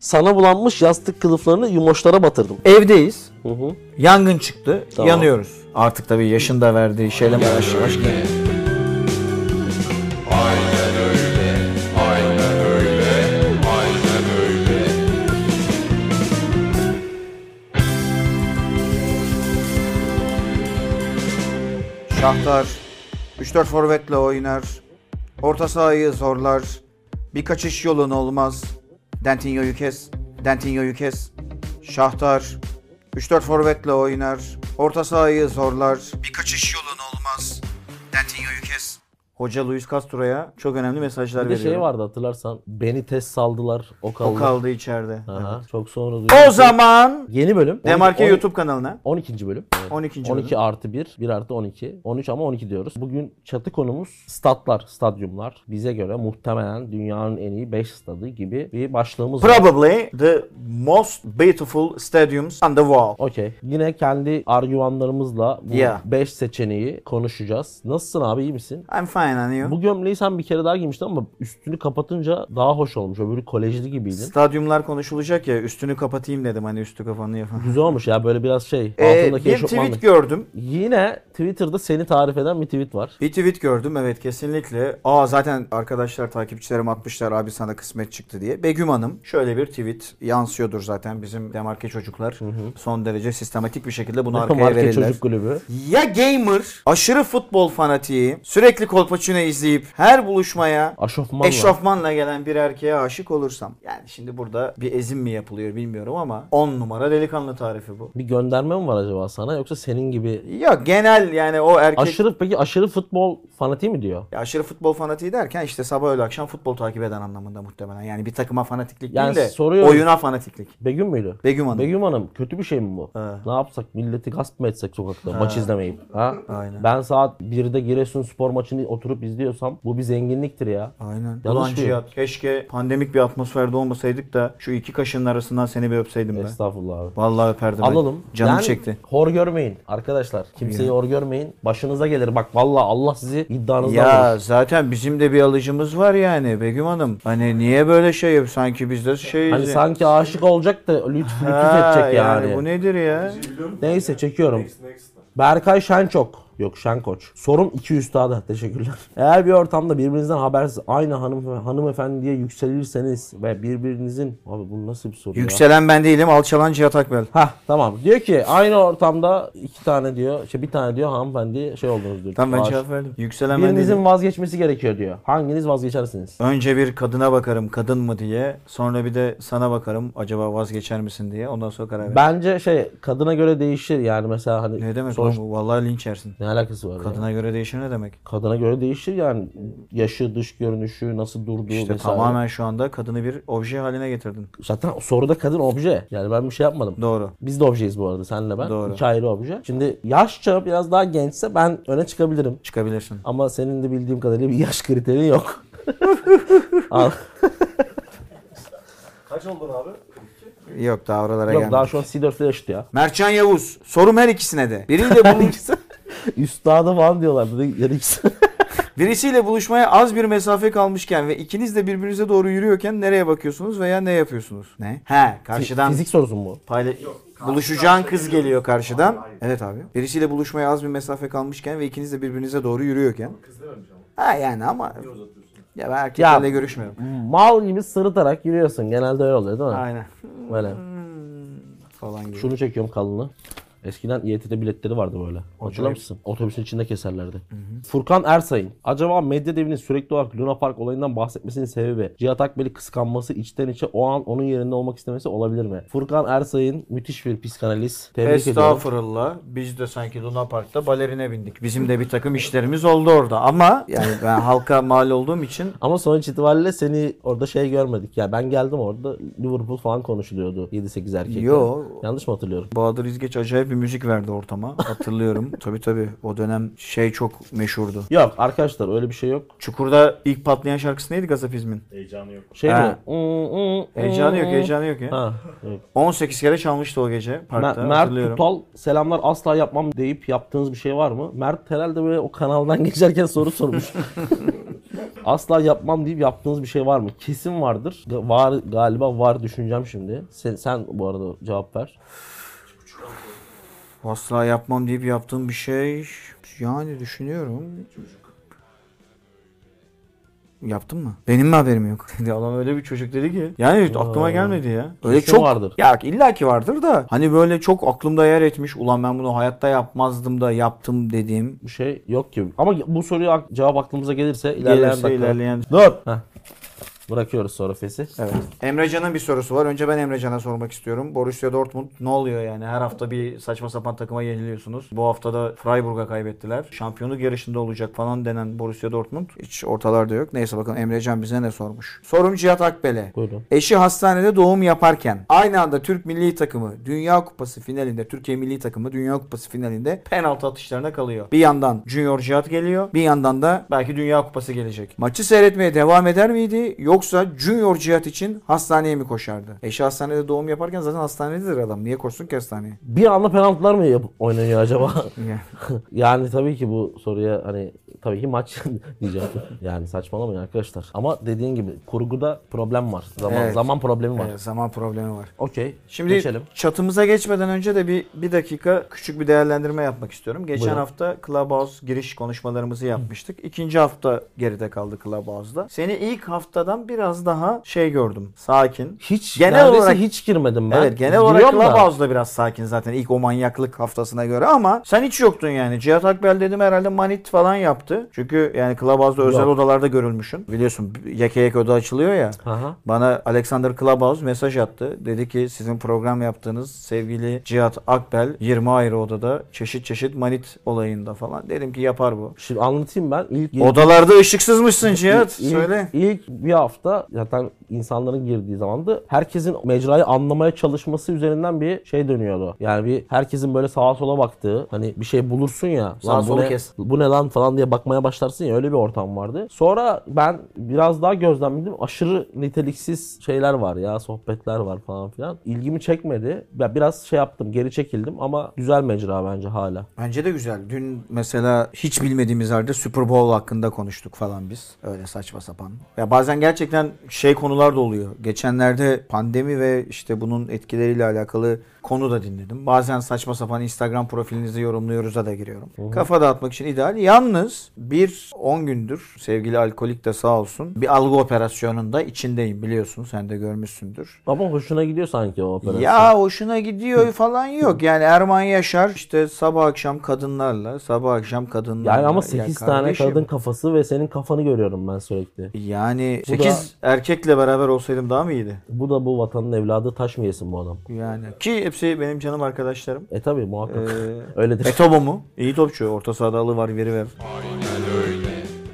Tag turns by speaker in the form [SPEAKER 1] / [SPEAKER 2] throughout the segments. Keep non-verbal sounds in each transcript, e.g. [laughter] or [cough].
[SPEAKER 1] Sana bulanmış yastık kılıflarını yumoşlara batırdım. E-
[SPEAKER 2] Evdeyiz.
[SPEAKER 1] Hı hı.
[SPEAKER 2] Yangın çıktı.
[SPEAKER 1] Tamam.
[SPEAKER 2] Yanıyoruz. Artık tabii yaşın da verdiği şeyle yavaş yavaş geliyor.
[SPEAKER 3] Şahtar 3-4 forvetle oynar. Orta sahayı zorlar. Bir kaçış yolun olmaz. Dentinho'yu kes. Dentinho'yu kes. Şahtar 3-4 forvetle oynar. Orta sahayı zorlar. Bir kaçış yolun olmaz. Dentinho'yu kes. Hoca Luis Castro'ya çok önemli mesajlar
[SPEAKER 1] Bir de
[SPEAKER 3] veriyor.
[SPEAKER 1] şey vardı hatırlarsan. Beni test saldılar. O kaldı.
[SPEAKER 3] O kaldı içeride.
[SPEAKER 1] Aha, Çok sonra
[SPEAKER 3] O zaman
[SPEAKER 1] Yeni bölüm.
[SPEAKER 3] Demarke
[SPEAKER 1] 12
[SPEAKER 3] YouTube kanalına
[SPEAKER 1] 12. bölüm. Evet.
[SPEAKER 3] 12.
[SPEAKER 1] 12
[SPEAKER 3] bölüm.
[SPEAKER 1] artı 1, 1 artı 12. 13 ama 12 diyoruz. Bugün çatı konumuz statlar, stadyumlar. Bize göre muhtemelen dünyanın en iyi 5 stadı gibi bir başlığımız var.
[SPEAKER 3] Probably the most beautiful stadiums on the world.
[SPEAKER 1] Okey. Yine kendi argümanlarımızla bu 5
[SPEAKER 3] Yeah.
[SPEAKER 1] seçeneği konuşacağız. Nasılsın abi iyi misin?
[SPEAKER 3] I'm fine, and you?
[SPEAKER 1] Bu gömleği sen bir kere daha giymiştin ama üstünü kapatınca daha hoş olmuş. Öbürü kolejli gibiydin.
[SPEAKER 3] Stadyumlar konuşulacak ya üstünü kapatayım dedim hani üstü kafanı yapın.
[SPEAKER 1] [laughs] Güzel olmuş ya böyle biraz şey.
[SPEAKER 3] Ee,
[SPEAKER 1] altındaki
[SPEAKER 3] bir
[SPEAKER 1] eşofmanla.
[SPEAKER 3] tweet gördüm.
[SPEAKER 1] Yine Twitter'da seni tarif eden bir tweet var.
[SPEAKER 3] Bir tweet gördüm evet kesinlikle. Aa zaten arkadaşlar takipçilerim atmışlar abi sana kısmet çıktı diye. Begüm Hanım şöyle bir tweet yansıyordur zaten bizim demarke çocuklar. Son derece sistematik bir
[SPEAKER 1] [laughs]
[SPEAKER 3] şekilde bunu arkaya
[SPEAKER 1] Market
[SPEAKER 3] verirler.
[SPEAKER 1] Çocuk Kulübü.
[SPEAKER 3] Ya gamer aşırı futbol fanatiği sürekli kolpaçino izleyip her buluşmaya
[SPEAKER 1] Aşofmanla.
[SPEAKER 3] Eşofmanla gelen bir erkeğe aşık olursam. Yani şimdi burada bir ezim mi yapılıyor bilmiyorum ama 10 numara delikanlı tarifi bu.
[SPEAKER 1] Bir gönderme mi var acaba sana yoksa senin gibi
[SPEAKER 3] Yok genel yani o erkek aşırı,
[SPEAKER 1] aşırı peki aşırı futbol fanatiği mi diyor?
[SPEAKER 3] aşırı futbol fanatiği derken işte sabah öğle akşam futbol takip eden anlamında muhtemelen. Yani bir takıma fanatiklik
[SPEAKER 1] Yani
[SPEAKER 3] değil de
[SPEAKER 1] soruyorum.
[SPEAKER 3] oyuna fanatiklik.
[SPEAKER 1] Begüm müydü?
[SPEAKER 3] Begüm Hanım.
[SPEAKER 1] Begüm Hanım kötü bir şey mi bu?
[SPEAKER 3] Ha.
[SPEAKER 1] Ne yapsak milleti gasp mı etsek sokakta maç izlemeyip? Ha?
[SPEAKER 3] Aynen.
[SPEAKER 1] Ben saat 1'de Giresun spor maçını oturup izliyorsam bu bir zenginliktir ya.
[SPEAKER 3] Aynen.
[SPEAKER 1] Yanlış
[SPEAKER 3] Ulan
[SPEAKER 1] mı?
[SPEAKER 3] Cihat, keşke pandemik bir atmosferde olmasaydık da şu iki kaşının arasından seni bir öpseydim ben.
[SPEAKER 1] Estağfurullah abi.
[SPEAKER 3] Vallahi öperdim. ben.
[SPEAKER 1] Alalım.
[SPEAKER 3] Canım
[SPEAKER 1] Yani
[SPEAKER 3] çekti.
[SPEAKER 1] Hor görmeyin arkadaşlar. Kimseyi hor görmeyin. Başınıza gelir. Bak vallahi Allah sizi iddianızdan
[SPEAKER 3] Ya
[SPEAKER 1] alır.
[SPEAKER 3] zaten bizim de bir alıcımız var yani Begüm Hanım. Hani niye böyle şey yap sanki şey biz de şeyiz.
[SPEAKER 1] Hani
[SPEAKER 3] ya.
[SPEAKER 1] sanki aşık olacak da lütf
[SPEAKER 3] Ha,
[SPEAKER 1] lütuf edecek yani.
[SPEAKER 3] Bu nedir ya?
[SPEAKER 1] Neyse çekiyorum. Berkay Şençok. Yok Şenkoç. Sorum iki üstada. [laughs] Teşekkürler. Eğer bir ortamda birbirinizden habersiz aynı hanım hanımefendiye yükselirseniz ve birbirinizin... Abi bu nasıl bir soru ya?
[SPEAKER 3] Yükselen ben değilim, alçalan Cihat Akbel.
[SPEAKER 1] Hah tamam. Diyor ki aynı ortamda iki tane diyor, şey bir tane diyor hanımefendi şey oldunuz diyor.
[SPEAKER 3] Tamam ben
[SPEAKER 1] Aşık.
[SPEAKER 3] cevap verdim. Yükselen ben değilim.
[SPEAKER 1] Birinizin vazgeçmesi gerekiyor diyor. Hanginiz vazgeçersiniz?
[SPEAKER 3] Önce bir kadına bakarım kadın mı diye. Sonra bir de sana bakarım acaba vazgeçer misin diye. Ondan sonra karar ver.
[SPEAKER 1] Bence şey kadına göre değişir yani mesela hani
[SPEAKER 3] Ne demek
[SPEAKER 1] sonuç-
[SPEAKER 3] oğlum bu? Vallahi linç yersin.
[SPEAKER 1] ne alakası var? ya?
[SPEAKER 3] Kadına göre değişir ne demek?
[SPEAKER 1] Kadına göre değişir yani yaşı, dış görünüşü, nasıl durduğu
[SPEAKER 3] İşte
[SPEAKER 1] vesaire.
[SPEAKER 3] tamamen şu anda kadını bir obje haline getirdin.
[SPEAKER 1] Zaten soruda kadın obje. Yani ben bir şey yapmadım.
[SPEAKER 3] Doğru.
[SPEAKER 1] Biz de objeyiz bu arada senle ben.
[SPEAKER 3] Doğru.
[SPEAKER 1] İki ayrı obje. Şimdi yaşça biraz daha gençse ben öne çıkabilirim.
[SPEAKER 3] Çıkabilirsin.
[SPEAKER 1] Ama senin de bildiğim kadarıyla bir yaş kriteri
[SPEAKER 3] [laughs]
[SPEAKER 1] yok. Al.
[SPEAKER 3] Yok daha oralara
[SPEAKER 1] yok
[SPEAKER 3] gelmedik.
[SPEAKER 1] daha şu an C4'le yaşıt ya.
[SPEAKER 3] Mertcan Yavuz. Sorum her ikisine de. Biriyle, buluş...
[SPEAKER 1] [laughs] Üstadı falan diyorlar. Bir de yarı ikisi.
[SPEAKER 3] Birisiyle buluşmaya az bir mesafe kalmışken ve ikiniz de birbirinize doğru yürüyorken nereye bakıyorsunuz veya ne yapıyorsunuz? Ne? He karşıdan
[SPEAKER 1] Fizik sorusu mu? bu?
[SPEAKER 3] payla- buluşacağın kız geliyor karşıdan. Evet abi. Birisiyle buluşmaya az bir mesafe kalmışken ve ikiniz de birbirinize doğru yürüyorken. Kız dememiş ama. Ha yani ama. Ya ben erkeklerle
[SPEAKER 1] Ya-
[SPEAKER 3] görüşmüyorum.
[SPEAKER 1] Mal gibi sırıtarak yürüyorsun. Genelde öyle oluyor değil mi?
[SPEAKER 3] Aynen.
[SPEAKER 1] Böyle.
[SPEAKER 3] Falan gibi.
[SPEAKER 1] Şunu çekiyorum kalını. Eskiden İETT biletleri vardı böyle. Hatırlar mısın? Otobüsün içinde keserlerdi. Furkan Ersay'ın. Acaba medya devinin sürekli olarak Luna Park olayından bahsetmesinin sebebi Cihat Akbel'i kıskanması içten içe o an onun yerinde olmak istemesi olabilir mi? Furkan Ersay'ın müthiş bir psikanalist. Tebrik ediyorum.
[SPEAKER 3] Estağfurullah. Biz de sanki Luna Park'ta balerine bindik. Bizim de bir takım işlerimiz oldu orada. Ama yani ben halka mal olduğum için
[SPEAKER 1] Ama sonuç itibariyle seni orada şey görmedik. Ya ben geldim orada Liverpool falan konuşuluyordu 7-8 erkek.
[SPEAKER 3] Yo.
[SPEAKER 1] Yanlış mı hatırlıyorum?
[SPEAKER 3] Bahadır İzgeç acayip bir müzik verdi ortama.
[SPEAKER 1] [laughs]
[SPEAKER 3] Hatırlıyorum. tabii tabii. O dönem şey çok meşhurdu.
[SPEAKER 1] Yok arkadaşlar öyle bir şey yok.
[SPEAKER 3] Çukur'da ilk patlayan şarkısı neydi Gazapizm'in?
[SPEAKER 1] Şey
[SPEAKER 3] Ha. E,
[SPEAKER 1] mi? Mm, mm,
[SPEAKER 3] Heyecanı yok,
[SPEAKER 1] mm.
[SPEAKER 3] heyecanı yok ya.
[SPEAKER 1] Ha, yok.
[SPEAKER 3] 18 kere çalmıştı o gece parkta.
[SPEAKER 1] Mer- Mert
[SPEAKER 3] hatırlıyorum.
[SPEAKER 1] Tutal selamlar asla yapmam [laughs]
[SPEAKER 3] [laughs]
[SPEAKER 1] deyip yaptığınız bir şey var mı? Mert herhalde böyle o kanaldan geçerken soru sormuş. Asla yapmam deyip yaptığınız bir şey var mı? Kesin vardır. Ga- Var galiba var düşüneceğim şimdi. Sen, sen bu arada cevap ver.
[SPEAKER 3] Asla yapmam deyip yaptığım bir şey. Yani düşünüyorum. Yaptın mı? Benim mi
[SPEAKER 4] [laughs]
[SPEAKER 3] haberim yok?
[SPEAKER 4] Adam öyle bir çocuk dedi ki. Yani aklıma gelmedi ya. Şey
[SPEAKER 3] Öyle
[SPEAKER 1] Kesin
[SPEAKER 3] çok
[SPEAKER 1] vardır.
[SPEAKER 3] Ya illaki vardır da hani böyle çok aklımda yer etmiş. Ulan ben bunu hayatta yapmazdım da yaptım dediğim.
[SPEAKER 1] Bir şey yok gibi. Ama bu soruyu ak- cevap aklımıza gelirse ilerleyen
[SPEAKER 4] Gelirse
[SPEAKER 1] dakika.
[SPEAKER 4] ilerleyen-
[SPEAKER 1] Dur. Heh. Bırakıyoruz sonra fesi.
[SPEAKER 3] Evet. Emrecan'ın bir sorusu var. Önce ben Emrecan'a sormak istiyorum. Borussia Dortmund ne oluyor yani? Her hafta bir saçma sapan takıma yeniliyorsunuz. Bu hafta da Freiburg'a kaybettiler. Şampiyonluk yarışında olacak falan denen Borussia Dortmund hiç ortalarda yok. Neyse bakın Emrecan bize ne sormuş. Sorum Cihat Akbel'e.
[SPEAKER 1] Buyurun.
[SPEAKER 3] Eşi hastanede doğum yaparken aynı anda Türk milli takımı Dünya Kupası finalinde Türkiye milli takımı Dünya Kupası finalinde penaltı atışlarına kalıyor. Bir yandan Junior Cihat geliyor. Bir yandan da belki Dünya Kupası gelecek. Maçı seyretmeye devam eder miydi yoksa Junior Cihat için hastaneye mi koşardı? Eşi hastanede doğum yaparken zaten hastanededir adam. Niye koşsun ki hastaneye?
[SPEAKER 1] Bir anda penaltılar mı yap- oynanıyor
[SPEAKER 3] [laughs]
[SPEAKER 1] acaba?
[SPEAKER 3] Yani.
[SPEAKER 1] [laughs] yani tabii ki bu soruya hani tabii ki maç [laughs] diyeceğim. Yani saçmalamayın arkadaşlar. Ama dediğin gibi kurguda problem var. Zaman
[SPEAKER 3] Evet.
[SPEAKER 1] zaman problemi var.
[SPEAKER 3] Evet, zaman problemi var.
[SPEAKER 1] Okey.
[SPEAKER 3] Şimdi
[SPEAKER 1] geçelim.
[SPEAKER 3] çatımıza geçmeden önce de bir, bir dakika küçük bir değerlendirme yapmak istiyorum. Geçen
[SPEAKER 1] Buyurun.
[SPEAKER 3] hafta Clubhouse giriş konuşmalarımızı yapmıştık. İkinci hafta geride kaldı Clubhouse'da. Seni ilk haftadan biraz daha şey gördüm. Sakin.
[SPEAKER 1] Hiç
[SPEAKER 3] Genel
[SPEAKER 1] genel olarak
[SPEAKER 3] olarak-
[SPEAKER 1] hiç girmedim ben.
[SPEAKER 3] evet genel olarak
[SPEAKER 1] Giriyorum da.
[SPEAKER 3] Clubhouse'da biraz sakin zaten ilk o manyaklık haftasına göre ama sen hiç yoktun yani. Cihat Akbel dedim herhalde manit falan yaptı. Çünkü yani Clubhouse'da özel odalarda görülmüşsün. Biliyorsun yeke yek oda açılıyor ya.
[SPEAKER 1] Aha.
[SPEAKER 3] Bana Alexander Klabaus mesaj attı. Dedi ki sizin program yaptığınız sevgili Cihat Akbel 20 ayrı odada çeşit çeşit manit olayında falan. Dedim ki yapar bu.
[SPEAKER 1] Şimdi anlatayım ben. İlk
[SPEAKER 3] Odalarda ışıksızmışsın Cihat.
[SPEAKER 1] İlk-
[SPEAKER 3] Söyle.
[SPEAKER 1] ilk bir hafta zaten insanların girdiği zaman da herkesin mecrayı anlamaya çalışması üzerinden bir şey dönüyordu. Yani bir herkesin böyle sağa sola baktığı hani bir şey bulursun ya.
[SPEAKER 3] Sağa
[SPEAKER 1] "Lan bu
[SPEAKER 3] solu
[SPEAKER 1] ne,
[SPEAKER 3] kes."
[SPEAKER 1] Bu ne lan falan diye bakmaya başlarsın ya öyle bir ortam vardı. Sonra ben biraz daha gözlemledim. Aşırı niteliksiz şeyler var ya sohbetler var falan filan. İlgimi çekmedi. Ben biraz şey yaptım geri çekildim ama güzel mecra bence hala.
[SPEAKER 3] Bence de güzel. Dün mesela hiç bilmediğimiz halde Super Bowl hakkında konuştuk falan biz. Öyle saçma sapan. Ya bazen gerçekten şey konular da oluyor. Geçenlerde pandemi ve işte bunun etkileriyle alakalı konu da dinledim. Bazen saçma sapan Instagram profilinizi yorumluyoruz'a da giriyorum. Kafa dağıtmak için ideal. Yalnız bir 10 gündür sevgili alkolik de sağ olsun bir algı operasyonunda içindeyim biliyorsun. Sen de görmüşsündür.
[SPEAKER 1] Ama hoşuna gidiyor sanki o operasyon.
[SPEAKER 3] Ya hoşuna gidiyor falan yok. Yani Erman Yaşar işte sabah akşam kadınlarla, sabah akşam kadınlarla.
[SPEAKER 1] Yani ama
[SPEAKER 3] Ya
[SPEAKER 1] 8 tane
[SPEAKER 3] kardeşim,
[SPEAKER 1] kadın kafası ve senin kafanı görüyorum ben sürekli.
[SPEAKER 3] Yani
[SPEAKER 1] Bu
[SPEAKER 3] 8 erkekle beraber olsaydım daha mı iyiydi?
[SPEAKER 1] Bu da bu vatanın evladı taş mı yesin bu adam?
[SPEAKER 3] Yani ki hepsi benim canım arkadaşlarım.
[SPEAKER 1] E tabi muhakkak.
[SPEAKER 3] Ee,
[SPEAKER 1] Öyledir.
[SPEAKER 3] Etobo mu? İyi topçu. Orta sahada alı var, veri ver.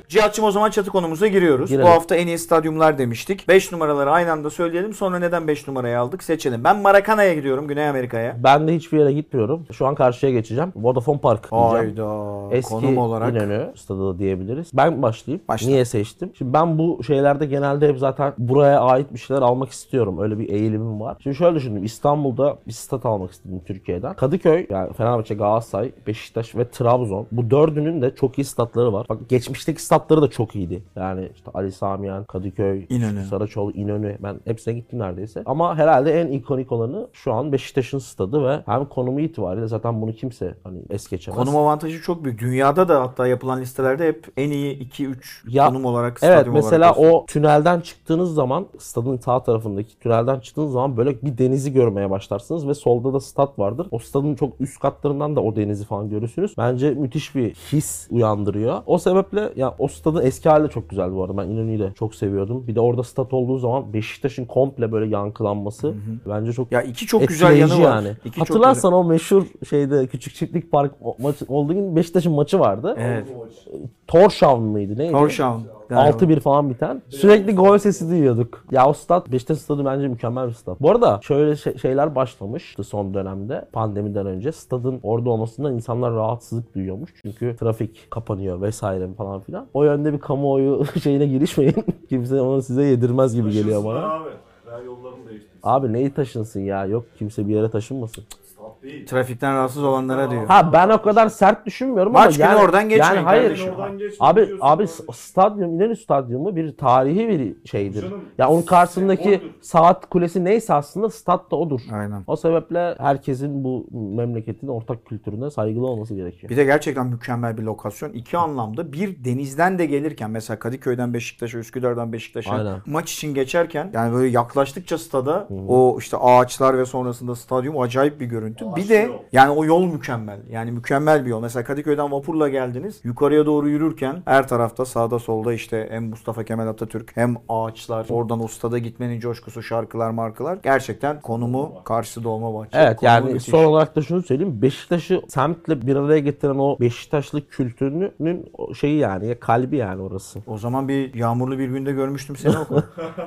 [SPEAKER 3] Cihat'cığım o zaman çatı konumuza giriyoruz.
[SPEAKER 1] Girelim.
[SPEAKER 3] Bu hafta en iyi stadyumlar demiştik. 5 numaraları aynı anda söyleyelim. Sonra neden 5 numarayı aldık seçelim. Ben Maracana'ya gidiyorum Güney Amerika'ya.
[SPEAKER 1] Ben de hiçbir yere gitmiyorum. Şu an karşıya geçeceğim. Vodafone Park diyeceğim.
[SPEAKER 3] Hayda.
[SPEAKER 1] Eski
[SPEAKER 3] konum olarak.
[SPEAKER 1] İnönü stadı da diyebiliriz. Ben başlayayım.
[SPEAKER 3] Başla.
[SPEAKER 1] Niye seçtim? Şimdi ben bu şeylerde genelde hep zaten buraya ait bir şeyler almak istiyorum. Öyle bir eğilimim var. Şimdi şöyle düşündüm. İstanbul'da bir stat almak istedim Türkiye'den. Kadıköy, yani Fenerbahçe, Galatasaray, Beşiktaş ve Trabzon. Bu dördünün de çok iyi statları var. Bak geçmişteki statları da çok iyiydi. Yani işte Ali Samiyan, Kadıköy,
[SPEAKER 3] İnönü.
[SPEAKER 1] Saraçoğlu, İnönü. Ben hepsine gittim neredeyse. Ama herhalde en ikonik olanı şu an Beşiktaş'ın stadı ve hem konumu itibariyle zaten bunu kimse hani es geçemez.
[SPEAKER 3] Konum avantajı çok büyük. Dünyada da hatta yapılan listelerde hep en iyi 2-3
[SPEAKER 1] Ya,
[SPEAKER 3] konum olarak
[SPEAKER 1] Evet
[SPEAKER 3] stadyum
[SPEAKER 1] mesela
[SPEAKER 3] olarak gösteriyor.
[SPEAKER 1] o tünelden çıktığınız zaman stadın sağ tarafındaki tünelden çıktığınız zaman böyle bir denizi görmeye başlarsınız ve solda da stat vardır. O stadın çok üst katlarından da o denizi falan görürsünüz. Bence müthiş bir his uyandırıyor. O sebeple ya o stadın eski hali de çok güzeldi bu arada. Ben İnönü'yü de çok seviyordum. Bir de orada stat olduğu zaman Beşiktaş'ın komple böyle yankılanması bence çok
[SPEAKER 3] ya iki çok güzel yanı
[SPEAKER 1] etkileyici
[SPEAKER 3] var.
[SPEAKER 1] yani.
[SPEAKER 3] İki çok
[SPEAKER 1] Hatırlarsan o meşhur şeyde küçük çiftlik park o- maçı olduğu gün Beşiktaş'ın maçı vardı.
[SPEAKER 3] güzel- Evet.
[SPEAKER 1] Torşam mıydı neydi?
[SPEAKER 3] Torşam. galiba.
[SPEAKER 1] 6-1 falan biten. Sürekli gol sesi duyuyorduk. Ya o stat Beşiktaş stadı bence mükemmel bir stat. Bu arada şöyle şey- şeyler başlamıştı son dönemde pandemiden önce. Stadın orada olmasından insanlar rahatsızlık duyuyormuş. Çünkü trafik kapanıyor vesaire falan filan. O yönde bir kamuoyu [laughs] şeyine girişmeyin. Kimse onu size yedirmez gibi geliyor bana.
[SPEAKER 5] Abi. Daha yollarını değiştirdik.
[SPEAKER 1] Abi neyi taşınsın ya? Yok kimse bir yere taşınmasın.
[SPEAKER 5] Stat
[SPEAKER 3] Trafikten rahatsız olanlara diyor.
[SPEAKER 1] Ha ben o kadar sert düşünmüyorum
[SPEAKER 2] Maç günü
[SPEAKER 1] ama yani,
[SPEAKER 2] oradan geçmeyin
[SPEAKER 1] yani hayır.
[SPEAKER 2] kardeşim.
[SPEAKER 6] Oradan geçmeyin
[SPEAKER 1] Abi
[SPEAKER 6] diyorsun
[SPEAKER 1] abi
[SPEAKER 6] zaten.
[SPEAKER 1] stadyum İnönü stadyumu bir tarihi bir şeydir.
[SPEAKER 6] Canım,
[SPEAKER 1] ya onun karşısındaki
[SPEAKER 6] odur.
[SPEAKER 1] saat kulesi neyse aslında stat da odur.
[SPEAKER 3] Aynen.
[SPEAKER 1] O sebeple herkesin bu memleketin ortak kültürüne saygılı olması gerekiyor.
[SPEAKER 2] Bir de gerçekten mükemmel bir lokasyon. İki anlamda. Bir denizden de gelirken mesela Kadıköy'den Beşiktaş'a, Üsküdar'dan Beşiktaş'a
[SPEAKER 1] Aynen.
[SPEAKER 2] maç için geçerken yani böyle yaklaştıkça stada o işte ağaçlar ve sonrasında stadyum acayip bir görüntü. bir de
[SPEAKER 6] yol.
[SPEAKER 2] yani o yol mükemmel. Yani mükemmel bir yol. Mesela Kadıköy'den vapurla geldiniz. Yukarıya doğru yürürken her tarafta sağda solda işte hem Mustafa Kemal Atatürk hem ağaçlar. Oradan o stada gitmenin coşkusu, şarkılar, markalar. Gerçekten konumu karşısı Dolmabahçe.
[SPEAKER 1] Evet
[SPEAKER 2] Konumu
[SPEAKER 1] yani
[SPEAKER 2] müthiş.
[SPEAKER 1] son olarak da şunu söyleyeyim. Beşiktaş'ı semtle bir araya getiren o Beşiktaşlı kültürünün o şeyi yani ya kalbi yani orası.
[SPEAKER 2] O zaman bir yağmurlu bir günde görmüştüm seni okul.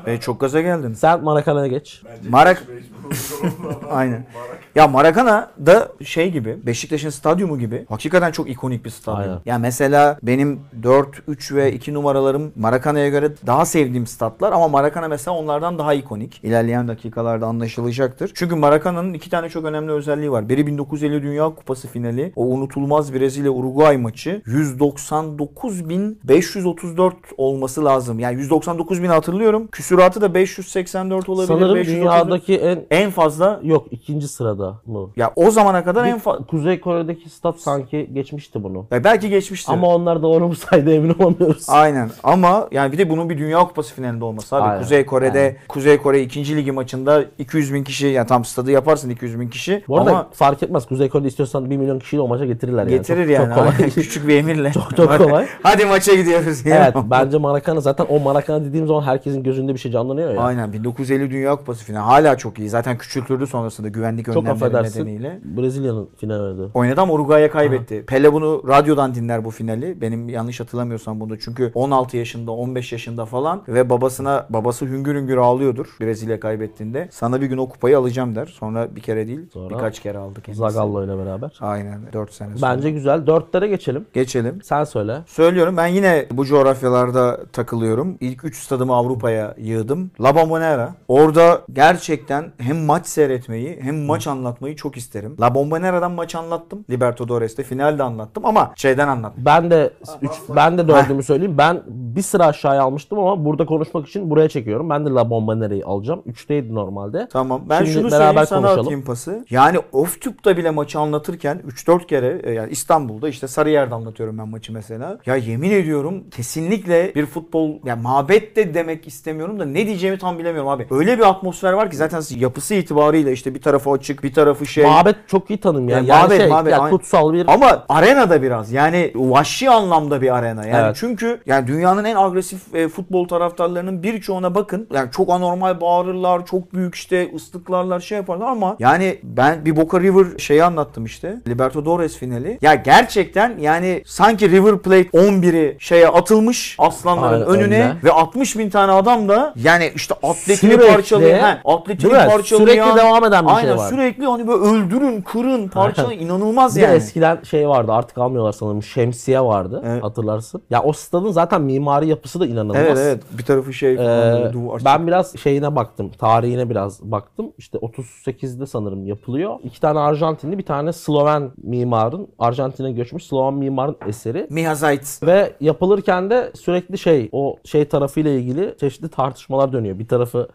[SPEAKER 2] Ve çok gaza geldin.
[SPEAKER 1] Sen Maracana'ya geç.
[SPEAKER 2] Marak
[SPEAKER 6] Mecbur.
[SPEAKER 2] aynen. Ya Marakana da şey gibi Beşiktaş'ın stadyumu gibi hakikaten çok ikonik bir stadyum.
[SPEAKER 1] Aynen.
[SPEAKER 2] Ya mesela benim 4, 3 ve 2 numaralarım Marakana'ya göre daha sevdiğim statlar ama Marakana mesela onlardan daha ikonik. İlerleyen dakikalarda anlaşılacaktır. Çünkü Marakana'nın iki tane çok önemli özelliği var. Biri 1950 Dünya Kupası finali, o unutulmaz Brezilya Uruguay maçı 199.534 olması lazım. Yani 199.000 hatırlıyorum. Küsuratı da 584 olabilir.
[SPEAKER 1] Sanırım
[SPEAKER 2] 534.
[SPEAKER 1] dünyadaki en
[SPEAKER 2] en fazla
[SPEAKER 1] yok ikinci sırada mı?
[SPEAKER 2] ya o zamana kadar en fa-
[SPEAKER 1] Kuzey Kore'deki stat sanki geçmişti bunu.
[SPEAKER 2] Ya belki geçmişti.
[SPEAKER 1] Ama onlar doğru mu saydı emin olamıyoruz.
[SPEAKER 2] Aynen ama yani bir de bunun bir Dünya Kupası finalinde olması abi.
[SPEAKER 1] Aynen.
[SPEAKER 2] Kuzey Kore'de Kuzey Kore 2. ligi maçında 200 bin kişi yani tam stadı yaparsın 200 bin kişi
[SPEAKER 1] Bu arada
[SPEAKER 2] ama
[SPEAKER 1] fark etmez. Kuzey Kore'de istiyorsan 1 milyon kişiyle o maça getirirler yani.
[SPEAKER 2] getirir
[SPEAKER 1] Çok-
[SPEAKER 2] yani.
[SPEAKER 1] Çok [laughs]
[SPEAKER 2] [laughs]
[SPEAKER 1] kolay.
[SPEAKER 2] Aynen, Küçük bir
[SPEAKER 1] [laughs]
[SPEAKER 2] emirle.
[SPEAKER 1] Çok- çok kolay.
[SPEAKER 2] Hadi maça gidiyoruz.
[SPEAKER 1] evet bence Marakana zaten o Marakana dediğim zaman herkesin gözünde bir şey canlanıyor ya.
[SPEAKER 2] Aynen 1950 Dünya Kupası finali hala çok iyi. Zaten küçültüldü sonrasında güvenlik
[SPEAKER 1] Çok
[SPEAKER 2] önlemleri
[SPEAKER 1] affedersin.
[SPEAKER 2] nedeniyle.
[SPEAKER 1] Brezilya'nın final oynadı.
[SPEAKER 2] Oynadı ama Uruguay'a kaybetti. Pele bunu radyodan dinler bu finali. Benim yanlış hatırlamıyorsam bunu. Çünkü 16 yaşında, 15 yaşında falan ve babasına babası hüngür hüngür ağlıyordur Brezilya kaybettiğinde. Sana bir gün o kupayı alacağım der. Sonra bir kere değil,
[SPEAKER 1] Sonra
[SPEAKER 2] birkaç kere aldı kendisi.
[SPEAKER 1] Zagallo ile beraber.
[SPEAKER 2] Aynen 4 sene sonra.
[SPEAKER 1] Bence güzel. Dörtlere geçelim.
[SPEAKER 2] geçelim.
[SPEAKER 1] Sen söyle.
[SPEAKER 2] Söylüyorum ben yine bu coğrafyalarda takılıyorum. İlk 3 stadımı Avrupa'ya yığdım. La Bombonera. Orada gerçekten hem maç seyretmeyi hem maç anlatmayı çok isterim. La Bombonera'dan maç anlattım. Libertadores'te finalde anlattım ama şeyden anlattım.
[SPEAKER 1] Ben de üç, ben de
[SPEAKER 2] [laughs]
[SPEAKER 1] dördümü söyleyeyim. Ben bir sıra aşağıya almıştım ama burada konuşmak için buraya çekiyorum. Ben de La Bombonera'yı alacağım. Üçteydi normalde.
[SPEAKER 2] Tamam ben
[SPEAKER 1] Şimdi
[SPEAKER 2] şunu
[SPEAKER 1] beraber
[SPEAKER 2] söyleyeyim sana
[SPEAKER 1] konuşalım.
[SPEAKER 2] atayım pası. Yani off-tube'da bile maçı anlatırken 3-4 kere e, yani İstanbul'da işte Sarıyer'de anlatıyorum ben maçı mesela. Ya yemin ediyorum kesinlikle bir futbol ya mabet de demek istemiyorum da ne diyeceğimi tam bilemiyorum abi. Öyle bir atmosfer var ki zaten yapısı itibarıyla işte bir tarafı açık bir tarafı şey.
[SPEAKER 1] Mabet çok iyi tanım ya.
[SPEAKER 2] Yani
[SPEAKER 1] Yani,
[SPEAKER 2] mabet,
[SPEAKER 1] şey,
[SPEAKER 2] mabet,
[SPEAKER 1] ya
[SPEAKER 2] aynen.
[SPEAKER 1] kutsal bir
[SPEAKER 2] Ama arenada biraz yani vahşi anlamda bir arena. Yani
[SPEAKER 1] Evet.
[SPEAKER 2] çünkü yani dünyanın en agresif e, futbol taraftarlarının birçoğuna bakın. Yani çok anormal bağırırlar, çok büyük işte ıslıklarlar şey yaparlar ama yani ben bir Boca River şeyi anlattım işte. Libertadores finali. Ya gerçekten yani sanki River Plate 11'i şeye atılmış aslanların
[SPEAKER 1] Aynen,
[SPEAKER 2] önüne
[SPEAKER 1] önüne.
[SPEAKER 2] ve 60 bin tane adam da yani işte atletini
[SPEAKER 1] Sürekli-
[SPEAKER 2] parçalıyor. He, atletini
[SPEAKER 1] Değil mi?
[SPEAKER 2] parçalayan.
[SPEAKER 1] Sürekli devam eden bir şey
[SPEAKER 2] Aynen,
[SPEAKER 1] var.
[SPEAKER 2] sürekli hani böyle öldürün, kırın, parçalayın. inanılmaz
[SPEAKER 1] Bir de
[SPEAKER 2] yani.
[SPEAKER 1] eskiden şey vardı artık almıyorlar sanırım şemsiye vardı
[SPEAKER 2] Evet.
[SPEAKER 1] hatırlarsın. Ya o stadın zaten mimari yapısı da inanılmaz.
[SPEAKER 2] Evet evet [laughs] bir tarafı şey
[SPEAKER 1] Ee,
[SPEAKER 2] falan, böyle duvar.
[SPEAKER 1] ben biraz şeyine baktım, tarihine biraz baktım. İşte 38'de sanırım yapılıyor. İki tane Arjantinli, bir tane Sloven mimarın, Arjantin'e göçmüş Sloven mimarın eseri.
[SPEAKER 2] Mihazait.
[SPEAKER 1] Ve yapılırken de sürekli şey, o şey tarafıyla ilgili çeşitli tartışmalar dönüyor. Bir tarafı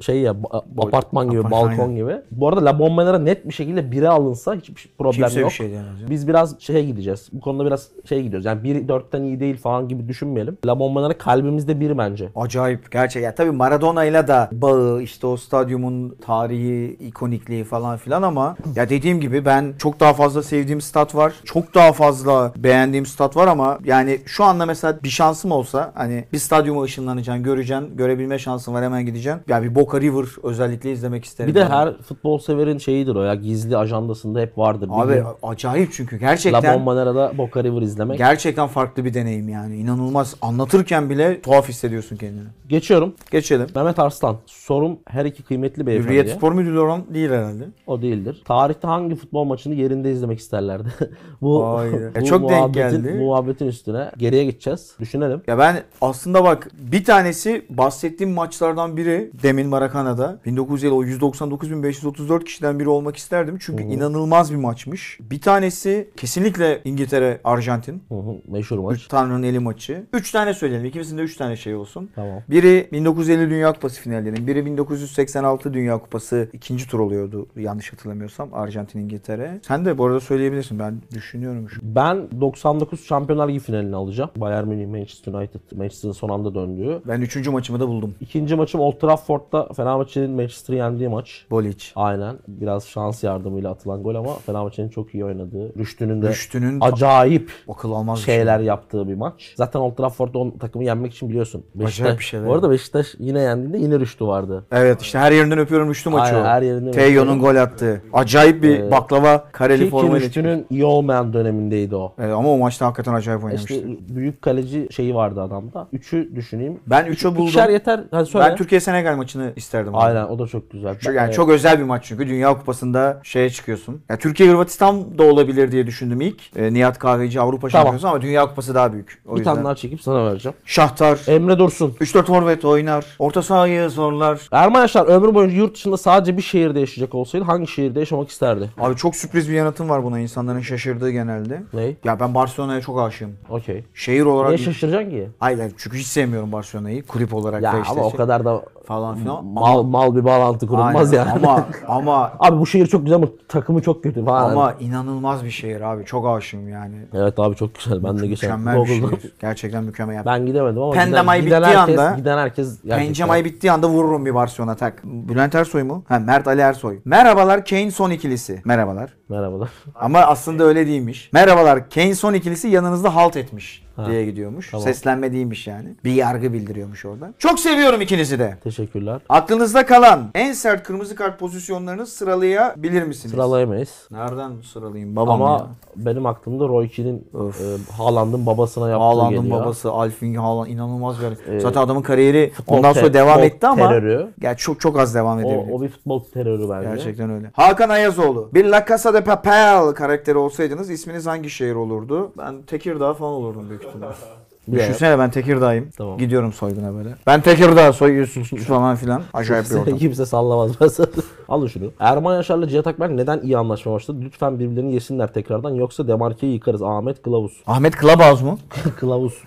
[SPEAKER 1] şey ya, ba- apartman gibi,
[SPEAKER 2] Hmm. apartman,
[SPEAKER 1] balkon
[SPEAKER 2] aynen.
[SPEAKER 1] gibi. Bu arada La Bombonera net bir şekilde biri alınsa hiçbir problem
[SPEAKER 2] Kimse
[SPEAKER 1] yok.
[SPEAKER 2] bir şey diyemez. ya.
[SPEAKER 1] Biz biraz şeye gideceğiz. Bu konuda biraz şeye gidiyoruz. Yani biri dörtten iyi değil falan gibi düşünmeyelim. La Bombonera kalbimizde bir bence.
[SPEAKER 2] Acayip gerçek. Ya tabii Maradona'yla da bağı işte o stadyumun tarihi, ikonikliği falan filan ama ya dediğim gibi ben çok daha fazla sevdiğim stat var. Çok daha fazla beğendiğim stat var ama yani şu anda mesela bir şansım olsa hani bir stadyuma ışınlanacaksın, göreceksin, görebilme şansın var hemen gideceksin. Ya bir Boca River özellikle izlemek isterim.
[SPEAKER 1] Bir de
[SPEAKER 2] yani.
[SPEAKER 1] her futbol severin şeyidir o ya gizli ajandasında hep vardır. Bir
[SPEAKER 2] Abi
[SPEAKER 1] gün
[SPEAKER 2] acayip çünkü
[SPEAKER 1] La
[SPEAKER 2] gerçekten
[SPEAKER 1] Bombonera'da Boca River izlemek.
[SPEAKER 2] gerçekten farklı bir deneyim yani. İnanılmaz. Anlatırken bile tuhaf hissediyorsun kendini.
[SPEAKER 1] Geçiyorum.
[SPEAKER 2] Geçelim.
[SPEAKER 1] Mehmet Arslan. Sorum her iki kıymetli beyefendiye.
[SPEAKER 2] Hürriyet Spor Müdürü olan değil herhalde.
[SPEAKER 1] O değildir. Tarihte hangi futbol maçını yerinde izlemek isterlerdi? [laughs] bu
[SPEAKER 2] Hayır.
[SPEAKER 1] bu
[SPEAKER 2] Ya çok denk
[SPEAKER 1] muhabbetin-
[SPEAKER 2] geldi.
[SPEAKER 1] Bu muhabbetin üstüne geriye gideceğiz. Düşünelim.
[SPEAKER 2] Ya ben aslında bak bir tanesi bahsettiğim maçlardan biri demin Marakana'da 1950 o 199.534 kişiden biri biri olmak isterdim. Çünkü inanılmaz bir maçmış. Bir tanesi kesinlikle İngiltere Arjantin.
[SPEAKER 1] Hı hı, Meşhur maç.
[SPEAKER 2] Tanrı'nın eli maçı. 3 tane söyleyelim. İkimizin de 3 tane şey olsun.
[SPEAKER 1] Tamam.
[SPEAKER 2] Biri 1950 Dünya Kupası finallerinin, biri 1986 Dünya Kupası ikinci tur oluyordu yanlış hatırlamıyorsam Arjantin İngiltere. Sen de bu arada söyleyebilirsin ben düşünüyorum şu.
[SPEAKER 1] Ben 99 Şampiyonlar Ligi finalini alacağım. Bayern Münih, Manchester United. Manchester'ın son anda döndüğü.
[SPEAKER 2] Ben üçüncü maçımı da buldum.
[SPEAKER 1] İkinci maçım Old Trafford'da Fenerbahçe'nin Manchester'ı yendiği maç.
[SPEAKER 2] Boliç.
[SPEAKER 1] Aynen. Biraz şans yardımıyla atılan gol ama Fenerbahçe'nin çok iyi oynadığı. Rüştü'nün de
[SPEAKER 2] Rüştü'nün
[SPEAKER 1] acayip
[SPEAKER 2] akıl almaz bir şey.
[SPEAKER 1] şeyler yaptığı bir maç. Zaten Old Trafford'da onun takımı yenmek için biliyorsun. Beşiktaş,
[SPEAKER 2] bir şeyler.
[SPEAKER 1] Bu arada Beşiktaş yine yendiğinde yine Rüştü vardı.
[SPEAKER 2] Evet işte her yerinden öpüyorum Rüştü maçı
[SPEAKER 1] Aynen,
[SPEAKER 2] o.
[SPEAKER 1] her yerinden
[SPEAKER 2] Teyo'nun
[SPEAKER 1] öpüyorum.
[SPEAKER 2] gol attığı. Acayip bir baklava kareli
[SPEAKER 1] Ki, ki
[SPEAKER 2] formayla. çıkıyor.
[SPEAKER 1] Rüştü'nün iyi olmayan dönemindeydi o.
[SPEAKER 2] Evet, ama o maçta hakikaten acayip oynamıştı.
[SPEAKER 1] İşte büyük kaleci şeyi vardı adamda. Üçü düşüneyim.
[SPEAKER 2] ben 3'ü buldum.
[SPEAKER 1] İkişer yeter. Hadi söyle.
[SPEAKER 2] Ben Türkiye Senegal maçını isterdim.
[SPEAKER 1] Aynen o da çok güzel. e,
[SPEAKER 2] Çünkü yani
[SPEAKER 1] Evet.
[SPEAKER 2] çok özel bir maç çünkü Dünya Kupası'nda şeye çıkıyorsun. Ya Türkiye Hırvatistan da olabilir diye düşündüm ilk. E, Nihat Kahveci Avrupa
[SPEAKER 1] Tamam.
[SPEAKER 2] Şampiyonası ama Dünya Kupası daha büyük. O
[SPEAKER 1] bir
[SPEAKER 2] yüzden.
[SPEAKER 1] tane daha E- çekip sana vereceğim.
[SPEAKER 2] Şahtar
[SPEAKER 1] Emre Dursun.
[SPEAKER 2] 3-4 forvet oynar. Orta sahayı zorlar.
[SPEAKER 1] Erman Yaşar ömrü boyunca yurt dışında sadece bir şehirde yaşayacak olsaydı hangi şehirde yaşamak isterdi?
[SPEAKER 2] Abi çok sürpriz bir yanıtım var buna insanların şaşırdığı genelde.
[SPEAKER 1] Ney?
[SPEAKER 2] Ya ben Barcelona'ya çok aşığım.
[SPEAKER 1] Okey.
[SPEAKER 2] Şehir
[SPEAKER 1] Niye
[SPEAKER 2] olarak
[SPEAKER 1] şaşıracaksın ki?
[SPEAKER 2] Hayır hayır, çünkü hiç sevmiyorum Barcelona'yı kulüp olarak
[SPEAKER 1] Ya
[SPEAKER 2] da işte
[SPEAKER 1] ama o
[SPEAKER 2] şey-
[SPEAKER 1] kadar da
[SPEAKER 2] falan filan.
[SPEAKER 1] mal, mal bir bağlantı kurulmaz
[SPEAKER 2] Aynen.
[SPEAKER 1] yani. [laughs]
[SPEAKER 2] Ama ama
[SPEAKER 1] Abi bu şehir çok güzel ama takımı çok kötü falan.
[SPEAKER 2] ama inanılmaz bir şehir abi. Çok aşığım yani.
[SPEAKER 1] Evet abi çok güzel. Ben de geçen
[SPEAKER 2] Mükemmel bir
[SPEAKER 1] Google'da.
[SPEAKER 2] şehir. Gerçekten mükemmel.
[SPEAKER 1] [laughs]
[SPEAKER 2] Yani
[SPEAKER 1] Ben gidemedim ama
[SPEAKER 2] Pendamay
[SPEAKER 1] giden, giden
[SPEAKER 2] bittiği
[SPEAKER 1] herkes,
[SPEAKER 2] anda-
[SPEAKER 1] giden herkes gerçekten-
[SPEAKER 2] Pencem ayı bittiği anda vururum bir Barcelona tak. Bülent Ersoy mu? Ha Mert Ali Ersoy. Merhabalar Kane son ikilisi. Merhabalar.
[SPEAKER 1] Merhabalar. [laughs]
[SPEAKER 2] Ama aslında öyle değilmiş. Merhabalar Kane son ikilisi yanınızda halt etmiş diye gidiyormuş. Seslenme değilmiş yani. Bir yargı bildiriyormuş orada. Çok seviyorum ikinizi de.
[SPEAKER 1] Teşekkürler.
[SPEAKER 2] Aklınızda kalan en sert kırmızı kart pozisyonlarını sıralayabilir misiniz?
[SPEAKER 1] Sıralayamayız.
[SPEAKER 2] Nereden sıralayayım? Babam
[SPEAKER 1] Ama
[SPEAKER 2] ya.
[SPEAKER 1] benim aklımda Roy Keane'in e, Haaland'ın babasına yaptığı
[SPEAKER 2] Haaland'ın
[SPEAKER 1] geliyor.
[SPEAKER 2] babası Alfin Haaland inanılmaz bir Zaten adamın kariyeri ondan
[SPEAKER 1] te-
[SPEAKER 2] sonra devam
[SPEAKER 1] futbol
[SPEAKER 2] etti ama
[SPEAKER 1] terörü.
[SPEAKER 2] ya çok çok az devam
[SPEAKER 1] O,
[SPEAKER 2] edebildi.
[SPEAKER 1] o bir futbol terörü bence.
[SPEAKER 2] Gerçekten öyle. Hakan Ayazoğlu. Bir La Casa de Papel karakteri olsaydınız isminiz hangi şehir olurdu? Ben Tekirdağ falan olurdum büyük ihtimalle.
[SPEAKER 1] [laughs]
[SPEAKER 2] Düşünsene ben Tekirdağ'ım.
[SPEAKER 1] Tamam.
[SPEAKER 2] Gidiyorum soyguna böyle. Ben Tekirdağ soyuyorsun falan filan. Acayip
[SPEAKER 1] [laughs]
[SPEAKER 2] bir
[SPEAKER 1] Kimse,
[SPEAKER 2] ortam.
[SPEAKER 1] kimse sallamaz mesela. [laughs] Alın şunu. Erman Yaşar'la Cihat Akber neden iyi anlaşma başladı? Lütfen birbirlerini yesinler tekrardan yoksa demarkeyi yıkarız. Ahmet Kılavuz. [laughs]
[SPEAKER 2] Ahmet Klabaz mı?
[SPEAKER 1] Kılavuz.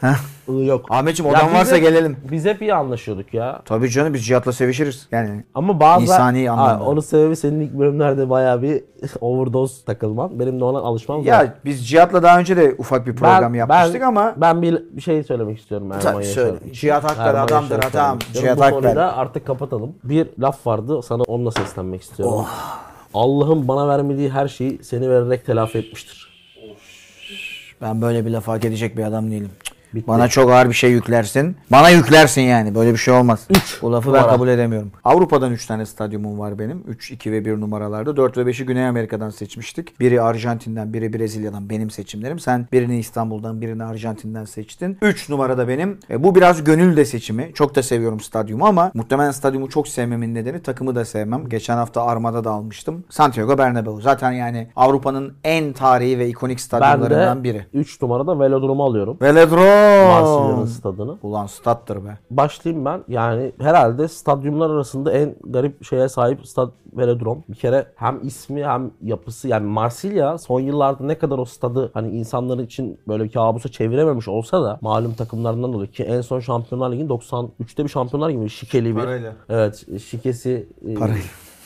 [SPEAKER 1] I yok.
[SPEAKER 2] Ahmetciğim
[SPEAKER 1] Ya
[SPEAKER 2] odan
[SPEAKER 1] biz
[SPEAKER 2] varsa
[SPEAKER 1] hep-
[SPEAKER 2] gelelim.
[SPEAKER 1] Biz hep iyi anlaşıyorduk ya.
[SPEAKER 2] Tabii canım biz Cihat'la sevişiriz. Yani
[SPEAKER 1] Ama bazı...
[SPEAKER 2] İnsani anlamda.
[SPEAKER 1] Ha, onun sebebi senin ilk bölümlerde bayağı bir [laughs] overdose takılman. Benim de ona alışmam lazım.
[SPEAKER 2] ya biz Cihat'la daha önce de ufak bir program yapmıştık
[SPEAKER 1] ben,
[SPEAKER 2] ama
[SPEAKER 1] Ben bir bir şey söylemek istiyorum Erman
[SPEAKER 2] Tabii
[SPEAKER 1] Yaşar.
[SPEAKER 2] söyle. Cihat Akber
[SPEAKER 1] Erman Yaşar'ı
[SPEAKER 2] adamdır, adam.
[SPEAKER 1] söylemek istiyorum.
[SPEAKER 2] Cihat
[SPEAKER 1] Bu
[SPEAKER 2] Akber.
[SPEAKER 1] konuyu da artık kapatalım. Bir laf vardı sana onunla seslenmek istiyorum.
[SPEAKER 2] Oh.
[SPEAKER 1] Allah'ın bana vermediği her şeyi seni vererek telafi etmiştir.
[SPEAKER 2] ben böyle bir laf hak edecek bir adam değilim.
[SPEAKER 1] Bitti.
[SPEAKER 2] Bana çok ağır bir şey yüklersin. Bana yüklersin yani. Böyle bir şey olmaz. Bu lafı ben
[SPEAKER 1] numara.
[SPEAKER 2] kabul edemiyorum. Avrupa'dan 3 tane stadyumum var benim. 3, 2 ve 1 numaralarda. 4 ve 5'i Güney Amerika'dan seçmiştik. Biri Arjantin'den, biri Brezilya'dan benim seçimlerim. Sen birini İstanbul'dan, birini Arjantin'den seçtin. 3 numarada benim. E, bu biraz gönül de seçimi. Çok da seviyorum stadyumu ama muhtemelen stadyumu çok sevmemin nedeni takımı da sevmem. Geçen hafta Armada da almıştım. Santiago Bernabeu. Zaten yani Avrupa'nın en tarihi ve ikonik
[SPEAKER 1] Ben
[SPEAKER 2] stadyumlarından
[SPEAKER 1] de
[SPEAKER 2] biri. Oh.
[SPEAKER 1] 3 numarada velodromu alıyorum. Barcelona'nın
[SPEAKER 2] Velodrom.
[SPEAKER 1] stadını.
[SPEAKER 2] Ulan stattır be.
[SPEAKER 1] Başlayayım ben. Yani herhalde stadyumlar arasında en garip şeye sahip stad velodrom. Bir kere hem ismi hem yapısı yani Marsilya son yıllarda ne kadar o stadı hani insanların için böyle bir kabusa çevirememiş olsa da malum takımlarından dolayı ki en son Şampiyonlar Ligi'nin 93'te bir Şampiyonlar gibi şikeli bir.
[SPEAKER 2] Parayla.
[SPEAKER 1] Evet şikesi. e,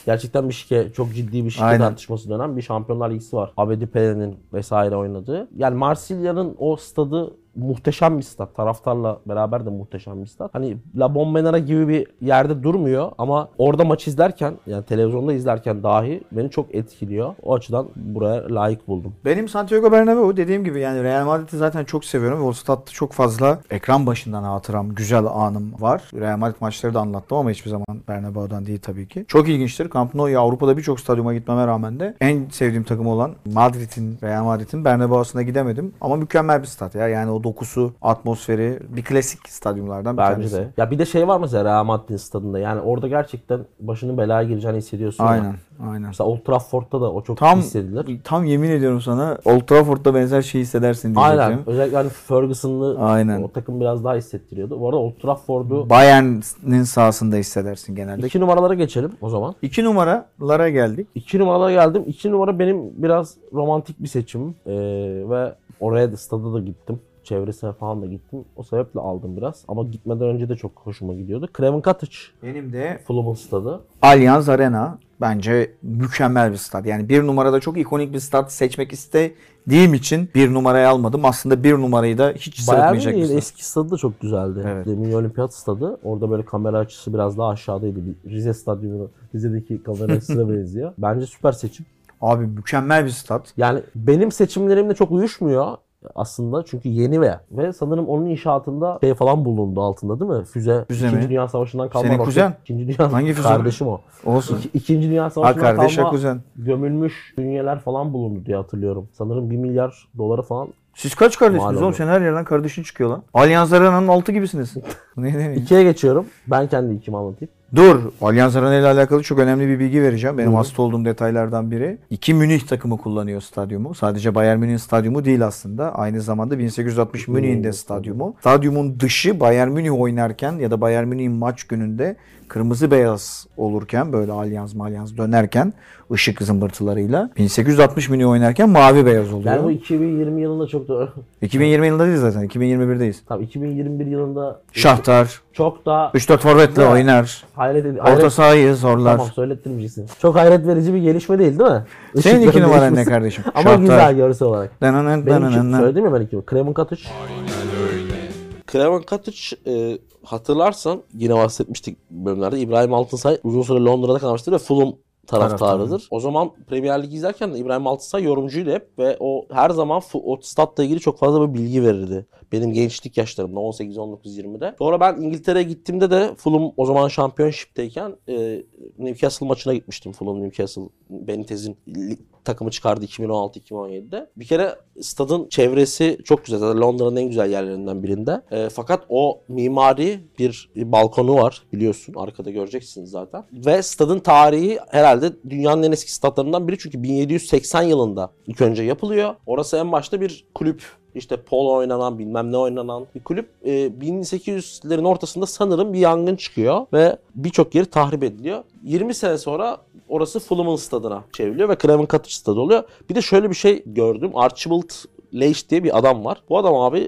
[SPEAKER 1] Gerçekten bir şike, çok ciddi bir şike
[SPEAKER 2] Aynen.
[SPEAKER 1] tartışması dönen bir Şampiyonlar Ligi'si var. Abedi Pere'nin vesaire oynadığı. Yani Marsilya'nın o stadı muhteşem bir stat. Taraftarla beraber de muhteşem bir stat. Hani La Bombonera gibi bir yerde durmuyor ama orada maç izlerken yani televizyonda izlerken dahi beni çok etkiliyor. O açıdan buraya layık buldum.
[SPEAKER 2] Benim Santiago Bernabeu dediğim gibi yani Real Madrid'i zaten çok seviyorum. ve O statta çok fazla ekran başından hatıram, güzel anım var. Real Madrid maçları da anlattım ama hiçbir zaman Bernabeu'dan değil tabii ki. Çok ilginçtir. Camp Nou'ya Avrupa'da birçok stadyuma gitmeme rağmen de en sevdiğim takım olan Madrid'in, Real Madrid'in Bernabeu'suna gidemedim. Ama mükemmel bir stat ya. Yani o o dokusu, atmosferi bir klasik stadyumlardan bir
[SPEAKER 1] Bence
[SPEAKER 2] tanesi.
[SPEAKER 1] de. Ya bir de şey var mesela Real Madrid stadında. Yani orada gerçekten başının belaya gireceğini hissediyorsun. ya.
[SPEAKER 2] Aynen, aynen.
[SPEAKER 1] Mesela Old Trafford'da da o çok
[SPEAKER 2] Tam
[SPEAKER 1] hissedilir.
[SPEAKER 2] tam yemin ediyorum sana Old Trafford'da benzer şey hissedersin diyeceğim.
[SPEAKER 1] Aynen. Özellikle hani Ferguson'lı
[SPEAKER 2] Aynen.
[SPEAKER 1] o takım biraz daha hissettiriyordu. Bu arada Old Trafford'u
[SPEAKER 2] Bayern'in sahasında hissedersin genelde.
[SPEAKER 1] 2 numaralara geçelim o zaman.
[SPEAKER 2] İki numaralara geldik.
[SPEAKER 1] 2 numaralara geldim. 2 numara benim biraz romantik bir seçimim. Ee, ve oraya da stada da gittim. Çevresine falan da gittim. O sebeple aldım biraz. Ama gitmeden önce de çok hoşuma gidiyordu. Craven Cottage
[SPEAKER 2] Benim de
[SPEAKER 1] Fulham'ın stadı.
[SPEAKER 2] Allianz Arena bence mükemmel bir stat. Yani bir numarada çok ikonik bir stat seçmek istediğim için bir numarayı almadım. Aslında bir numarayı da hiç
[SPEAKER 1] Bayern
[SPEAKER 2] sırıtmayacak bir
[SPEAKER 1] Münih'in
[SPEAKER 2] stat.
[SPEAKER 1] eski stadı da çok güzeldi.
[SPEAKER 2] Evet.
[SPEAKER 1] Milli Olimpiyat stadı. Orada böyle kamera açısı biraz daha aşağıdaydı. Bir Rize stadyumu, Rize'deki kamera açısına
[SPEAKER 2] [laughs]
[SPEAKER 1] benziyor. Bence süper seçim.
[SPEAKER 2] Abi mükemmel bir stat.
[SPEAKER 1] Yani benim seçimlerimle çok uyuşmuyor aslında çünkü yeni ve ve sanırım onun inşaatında şey falan bulundu altında değil mi? Füze.
[SPEAKER 2] Füze
[SPEAKER 1] İkinci
[SPEAKER 2] mi?
[SPEAKER 1] Dünya Savaşı'ndan kalma.
[SPEAKER 2] Senin
[SPEAKER 1] roket.
[SPEAKER 2] kuzen?
[SPEAKER 1] İkinci Dünya
[SPEAKER 2] Hangi füze?
[SPEAKER 1] Kardeşim o.
[SPEAKER 2] Olsun.
[SPEAKER 1] İki, İkinci Dünya
[SPEAKER 2] Ha
[SPEAKER 1] Savaşı'ndan
[SPEAKER 2] kardeş ha
[SPEAKER 1] kalma
[SPEAKER 2] kuzen.
[SPEAKER 1] gömülmüş dünyeler falan bulundu diye hatırlıyorum. Sanırım 1 milyar doları falan.
[SPEAKER 2] Siz kaç
[SPEAKER 1] Mal
[SPEAKER 2] kardeşsiniz oğlum?
[SPEAKER 1] oldu.
[SPEAKER 2] Sen her yerden kardeşin çıkıyor lan. Allianz Arena'nın altı gibisiniz. ne ne ne?
[SPEAKER 1] İkiye geçiyorum. Ben kendi ikimi anlatayım.
[SPEAKER 2] Dur. Allianz Arena ile alakalı çok önemli bir bilgi vereceğim. Benim hasta olduğum detaylardan biri. İki Münih takımı kullanıyor stadyumu. Sadece Bayern Münih'in stadyumu değil aslında. Aynı zamanda 1860 Münih'in de stadyumu. Stadyumun dışı Bayern Münih oynarken ya da Bayern Münih'in maç gününde kırmızı beyaz olurken böyle Allianz Mallianz dönerken ışık zımbırtılarıyla 1860 Münih oynarken mavi beyaz oluyor.
[SPEAKER 1] Yani bu 2020 yılında çok da... [laughs]
[SPEAKER 2] 2020 yılında değil zaten. 2021'deyiz.
[SPEAKER 1] Tamam 2021 yılında
[SPEAKER 2] Şahtar.
[SPEAKER 1] çok daha
[SPEAKER 2] 3-4 forvetle
[SPEAKER 1] Evet.
[SPEAKER 2] oynar.
[SPEAKER 1] hayret edici.
[SPEAKER 2] Orta sahayı zorlar.
[SPEAKER 1] Tamam söylettirmeyeceksin. Çok hayret verici bir gelişme değil değil mi?
[SPEAKER 2] Senin iki
[SPEAKER 1] Işıkların [laughs]
[SPEAKER 2] numaran ne
[SPEAKER 1] değişmesi.
[SPEAKER 2] kardeşim?
[SPEAKER 1] Ama güzel görsel olarak.
[SPEAKER 2] Dananın
[SPEAKER 1] Benim için
[SPEAKER 2] dananın.
[SPEAKER 1] söyledim ya ben ikimi. Kremen Katıç. Kremen Katıç e, hatırlarsan yine bahsetmiştik bölümlerde İbrahim Altınsay uzun süre Londra'da kalmıştır ve Fulham taraftarıdır. O zaman Premier Lig izlerken de İbrahim Altınsay yorumcuydu hep ve o her zaman fu- o statla ilgili çok fazla bir bilgi verirdi. Benim gençlik yaşlarımda 18 19 20'de. Sonra ben İngiltere'ye gittiğimde de Fulham o zaman Championship'teyken e, Newcastle maçına gitmiştim. Fulham Newcastle Benitez'in lig takımı çıkardı 2016-2017'de. Bir kere stadın çevresi çok güzel. Zaten Londra'nın en güzel yerlerinden birinde. E, fakat o mimari bir balkonu var biliyorsun. Arkada göreceksiniz zaten. Ve stadın tarihi herhalde dünyanın en eski stadlarından biri. Çünkü 1780 yılında ilk önce yapılıyor. Orası en başta bir kulüp işte polo oynanan bilmem ne oynanan bir kulüp e, 1800'lerin ortasında sanırım bir yangın çıkıyor ve birçok yeri tahrip ediliyor. 20 sene sonra orası Fulham'ın stadına çevriliyor ve Craven Cottage stadı oluyor. Bir de şöyle bir şey gördüm. Archibald Leish diye bir adam var. Bu adam abi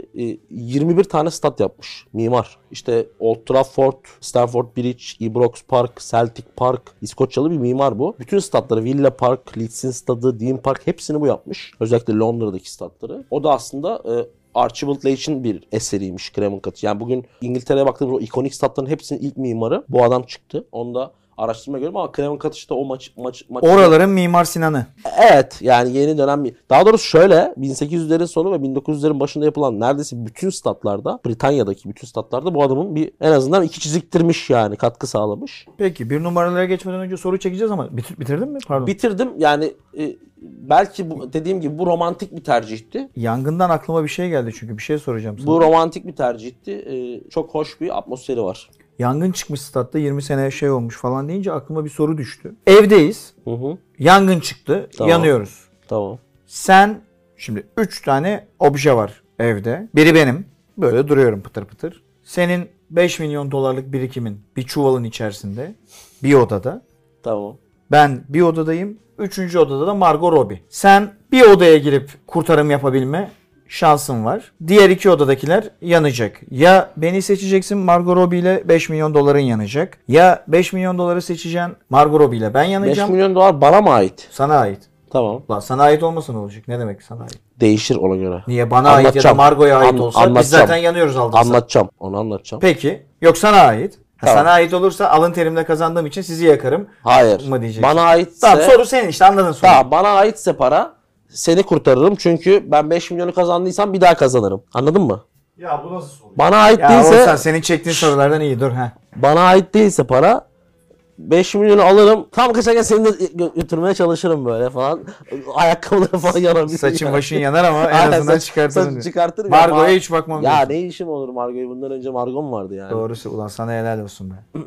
[SPEAKER 1] e, 21 tane stat yapmış. Mimar. İşte Old Trafford, Stamford Bridge, Ibrox Park, Celtic Park. İskoçyalı bir mimar bu. Bütün statları Villa Park, Leeds'in stadı, Dean Park hepsini bu yapmış. Özellikle Londra'daki statları. O da aslında e, Archibald Leitch'in bir eseriymiş Craven Cottage. Yani bugün İngiltere'ye baktığımız o ikonik statların hepsinin ilk mimarı bu adam çıktı. Onu da araştırma gördüm ama Craven Cottage'da o maç maç maç
[SPEAKER 2] Oraların Mimar Sinan'ı.
[SPEAKER 1] Evet yani yeni dönem bir- Daha doğrusu şöyle 1800'lerin sonu ve 1900'lerin başında yapılan neredeyse bütün statlarda Britanya'daki bütün statlarda bu adamın bir en azından iki çiziktirmiş yani katkı sağlamış.
[SPEAKER 2] Peki bir numaralara geçmeden önce soru çekeceğiz ama bitir, bitirdin mi? Pardon.
[SPEAKER 1] Bitirdim yani e, belki bu, dediğim gibi bu romantik bir tercihti.
[SPEAKER 2] Yangından aklıma bir şey geldi çünkü bir şey soracağım sana.
[SPEAKER 1] Bu romantik bir tercihti. E, çok hoş bir atmosferi var.
[SPEAKER 2] Yangın çıkmış statta 20 sene şey olmuş falan deyince aklıma bir soru düştü. Evdeyiz.
[SPEAKER 1] Hı hı.
[SPEAKER 2] Yangın çıktı.
[SPEAKER 1] Tamam.
[SPEAKER 2] Yanıyoruz.
[SPEAKER 1] Tamam.
[SPEAKER 2] Sen şimdi 3 tane obje var evde. Biri benim. Böyle duruyorum pıtır pıtır. Senin 5 milyon dolarlık birikimin bir çuvalın içerisinde bir odada.
[SPEAKER 1] Tamam.
[SPEAKER 2] Ben bir odadayım. Üçüncü odada da Margot Robbie. Sen bir odaya girip kurtarım yapabilme şansın var. Diğer iki odadakiler yanacak. Ya beni seçeceksin Margot Robbie ile 5 milyon doların yanacak. Ya 5 milyon doları seçeceksin Margot Robbie ile ben
[SPEAKER 1] 5
[SPEAKER 2] yanacağım.
[SPEAKER 1] milyon dolar bana mı ait?
[SPEAKER 2] Sana ait.
[SPEAKER 1] Tamam.
[SPEAKER 2] Lan sana ait olmasa ne olacak? Ne demek sana ait?
[SPEAKER 1] Değişir ona göre.
[SPEAKER 2] Niye bana ait ya da
[SPEAKER 1] Anlatacağım.
[SPEAKER 2] Margot'a ait
[SPEAKER 1] An-
[SPEAKER 2] olsa biz
[SPEAKER 1] anlatacağım.
[SPEAKER 2] zaten yanıyoruz aldatsa.
[SPEAKER 1] Anlatacağım. Onu anlatacağım.
[SPEAKER 2] Peki. Yok sana ait. Ha,
[SPEAKER 1] Tamam.
[SPEAKER 2] Sana ait olursa alın terimle kazandığım için sizi yakarım.
[SPEAKER 1] Hayır.
[SPEAKER 2] Mı diyeceksin?
[SPEAKER 1] Bana aitse
[SPEAKER 2] Tamam soru senin işte anladın soruyu.
[SPEAKER 1] Tamam bana aitse para seni kurtarırım çünkü ben 5 milyonu kazandıysam bir daha kazanırım. Anladın mı?
[SPEAKER 6] Ya bu nasıl soru?
[SPEAKER 1] Bana ait
[SPEAKER 2] Ya
[SPEAKER 1] değilse
[SPEAKER 2] [laughs] Oğuzhan senin çektiğin sorulardan iyi dur ha.
[SPEAKER 1] bana ait değilse para 5 milyon alırım. Tam kaçarken seni de gö- götürmeye çalışırım böyle falan. [laughs] Ayakkabıları falan yarar.
[SPEAKER 2] Saçın başın yanar ama en
[SPEAKER 1] Aynen,
[SPEAKER 2] azından
[SPEAKER 1] saç-
[SPEAKER 2] çıkartırım.
[SPEAKER 1] saç çıkartırım ya.
[SPEAKER 2] Margo'ya
[SPEAKER 1] Ma-
[SPEAKER 2] hiç bakmam
[SPEAKER 1] Ya
[SPEAKER 2] ya,
[SPEAKER 1] ne işim olur Margo'yu bundan önce Margo'm vardı yani.
[SPEAKER 2] Doğrusu ulan sana helal olsun be.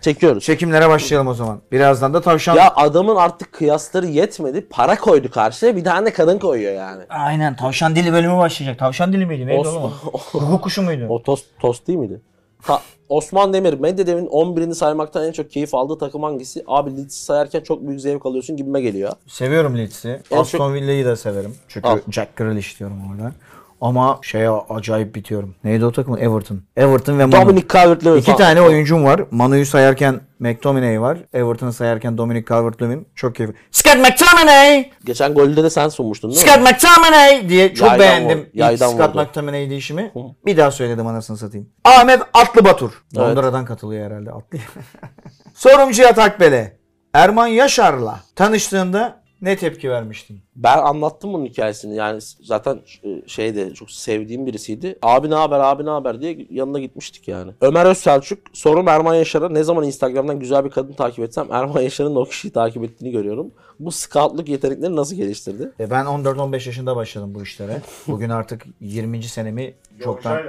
[SPEAKER 1] Çekiyoruz.
[SPEAKER 2] Çekimlere başlayalım o zaman. Birazdan da tavşan.
[SPEAKER 1] Ya adamın artık kıyasları yetmedi. Para koydu karşıya bir tane kadın koyuyor yani.
[SPEAKER 2] Aynen tavşan dili bölümü başlayacak. Tavşan dili miydi? Neydi
[SPEAKER 1] Os-
[SPEAKER 2] oğlum? o? Kuku kuşu muydu?
[SPEAKER 1] O tost, tost değil miydi? Ta- Osman Demir, Medvedev'in 11'ini saymaktan en çok keyif aldığı takım hangisi? Abi Leeds'i sayarken çok büyük zevk alıyorsun gibime geliyor.
[SPEAKER 2] Seviyorum Leeds'i.
[SPEAKER 1] En
[SPEAKER 2] Aston Villa'yı da severim. Çünkü
[SPEAKER 1] Al.
[SPEAKER 2] Jack Grealish diyorum orada. Ama şeye acayip bitiyorum. Neydi o takımın? Everton. Everton ve Manu.
[SPEAKER 1] Dominic Calvert-Lewin
[SPEAKER 2] İki tane oyuncum var. Manu'yu sayarken McTominay var. Everton'ı sayarken Dominic Calvert-Lewin. Çok keyifli. Scott McTominay!
[SPEAKER 1] Geçen golde de sen sunmuştun değil mi?
[SPEAKER 2] Scott McTominay diye çok
[SPEAKER 1] Yaydan
[SPEAKER 2] beğendim.
[SPEAKER 1] vurdu,
[SPEAKER 2] İlk
[SPEAKER 1] yaydan
[SPEAKER 2] Scott
[SPEAKER 1] vurdu.
[SPEAKER 2] McTominay deyişimi. Bir daha söyledim anasını satayım. Ahmet Atlı Batur. Londra'dan katılıyor herhalde Atlı. [laughs] Sorum Cihat Akbel'e. Erman Yaşar'la tanıştığında ne tepki vermiştin?
[SPEAKER 1] Ben anlattım bunun hikayesini. Yani zaten e, şeyde çok sevdiğim birisiydi. Abi ne haber abi ne haber diye yanına gitmiştik yani. Ömer Özselçuk sorum Erman Yaşar'a ne zaman Instagram'dan güzel bir kadın takip etsem Erman Yaşar'ın da o kişiyi takip ettiğini görüyorum. Bu scoutluk yeteneklerini nasıl geliştirdi?
[SPEAKER 2] E ben 14-15 yaşında başladım bu işlere. Bugün artık 20. senemi çoktan...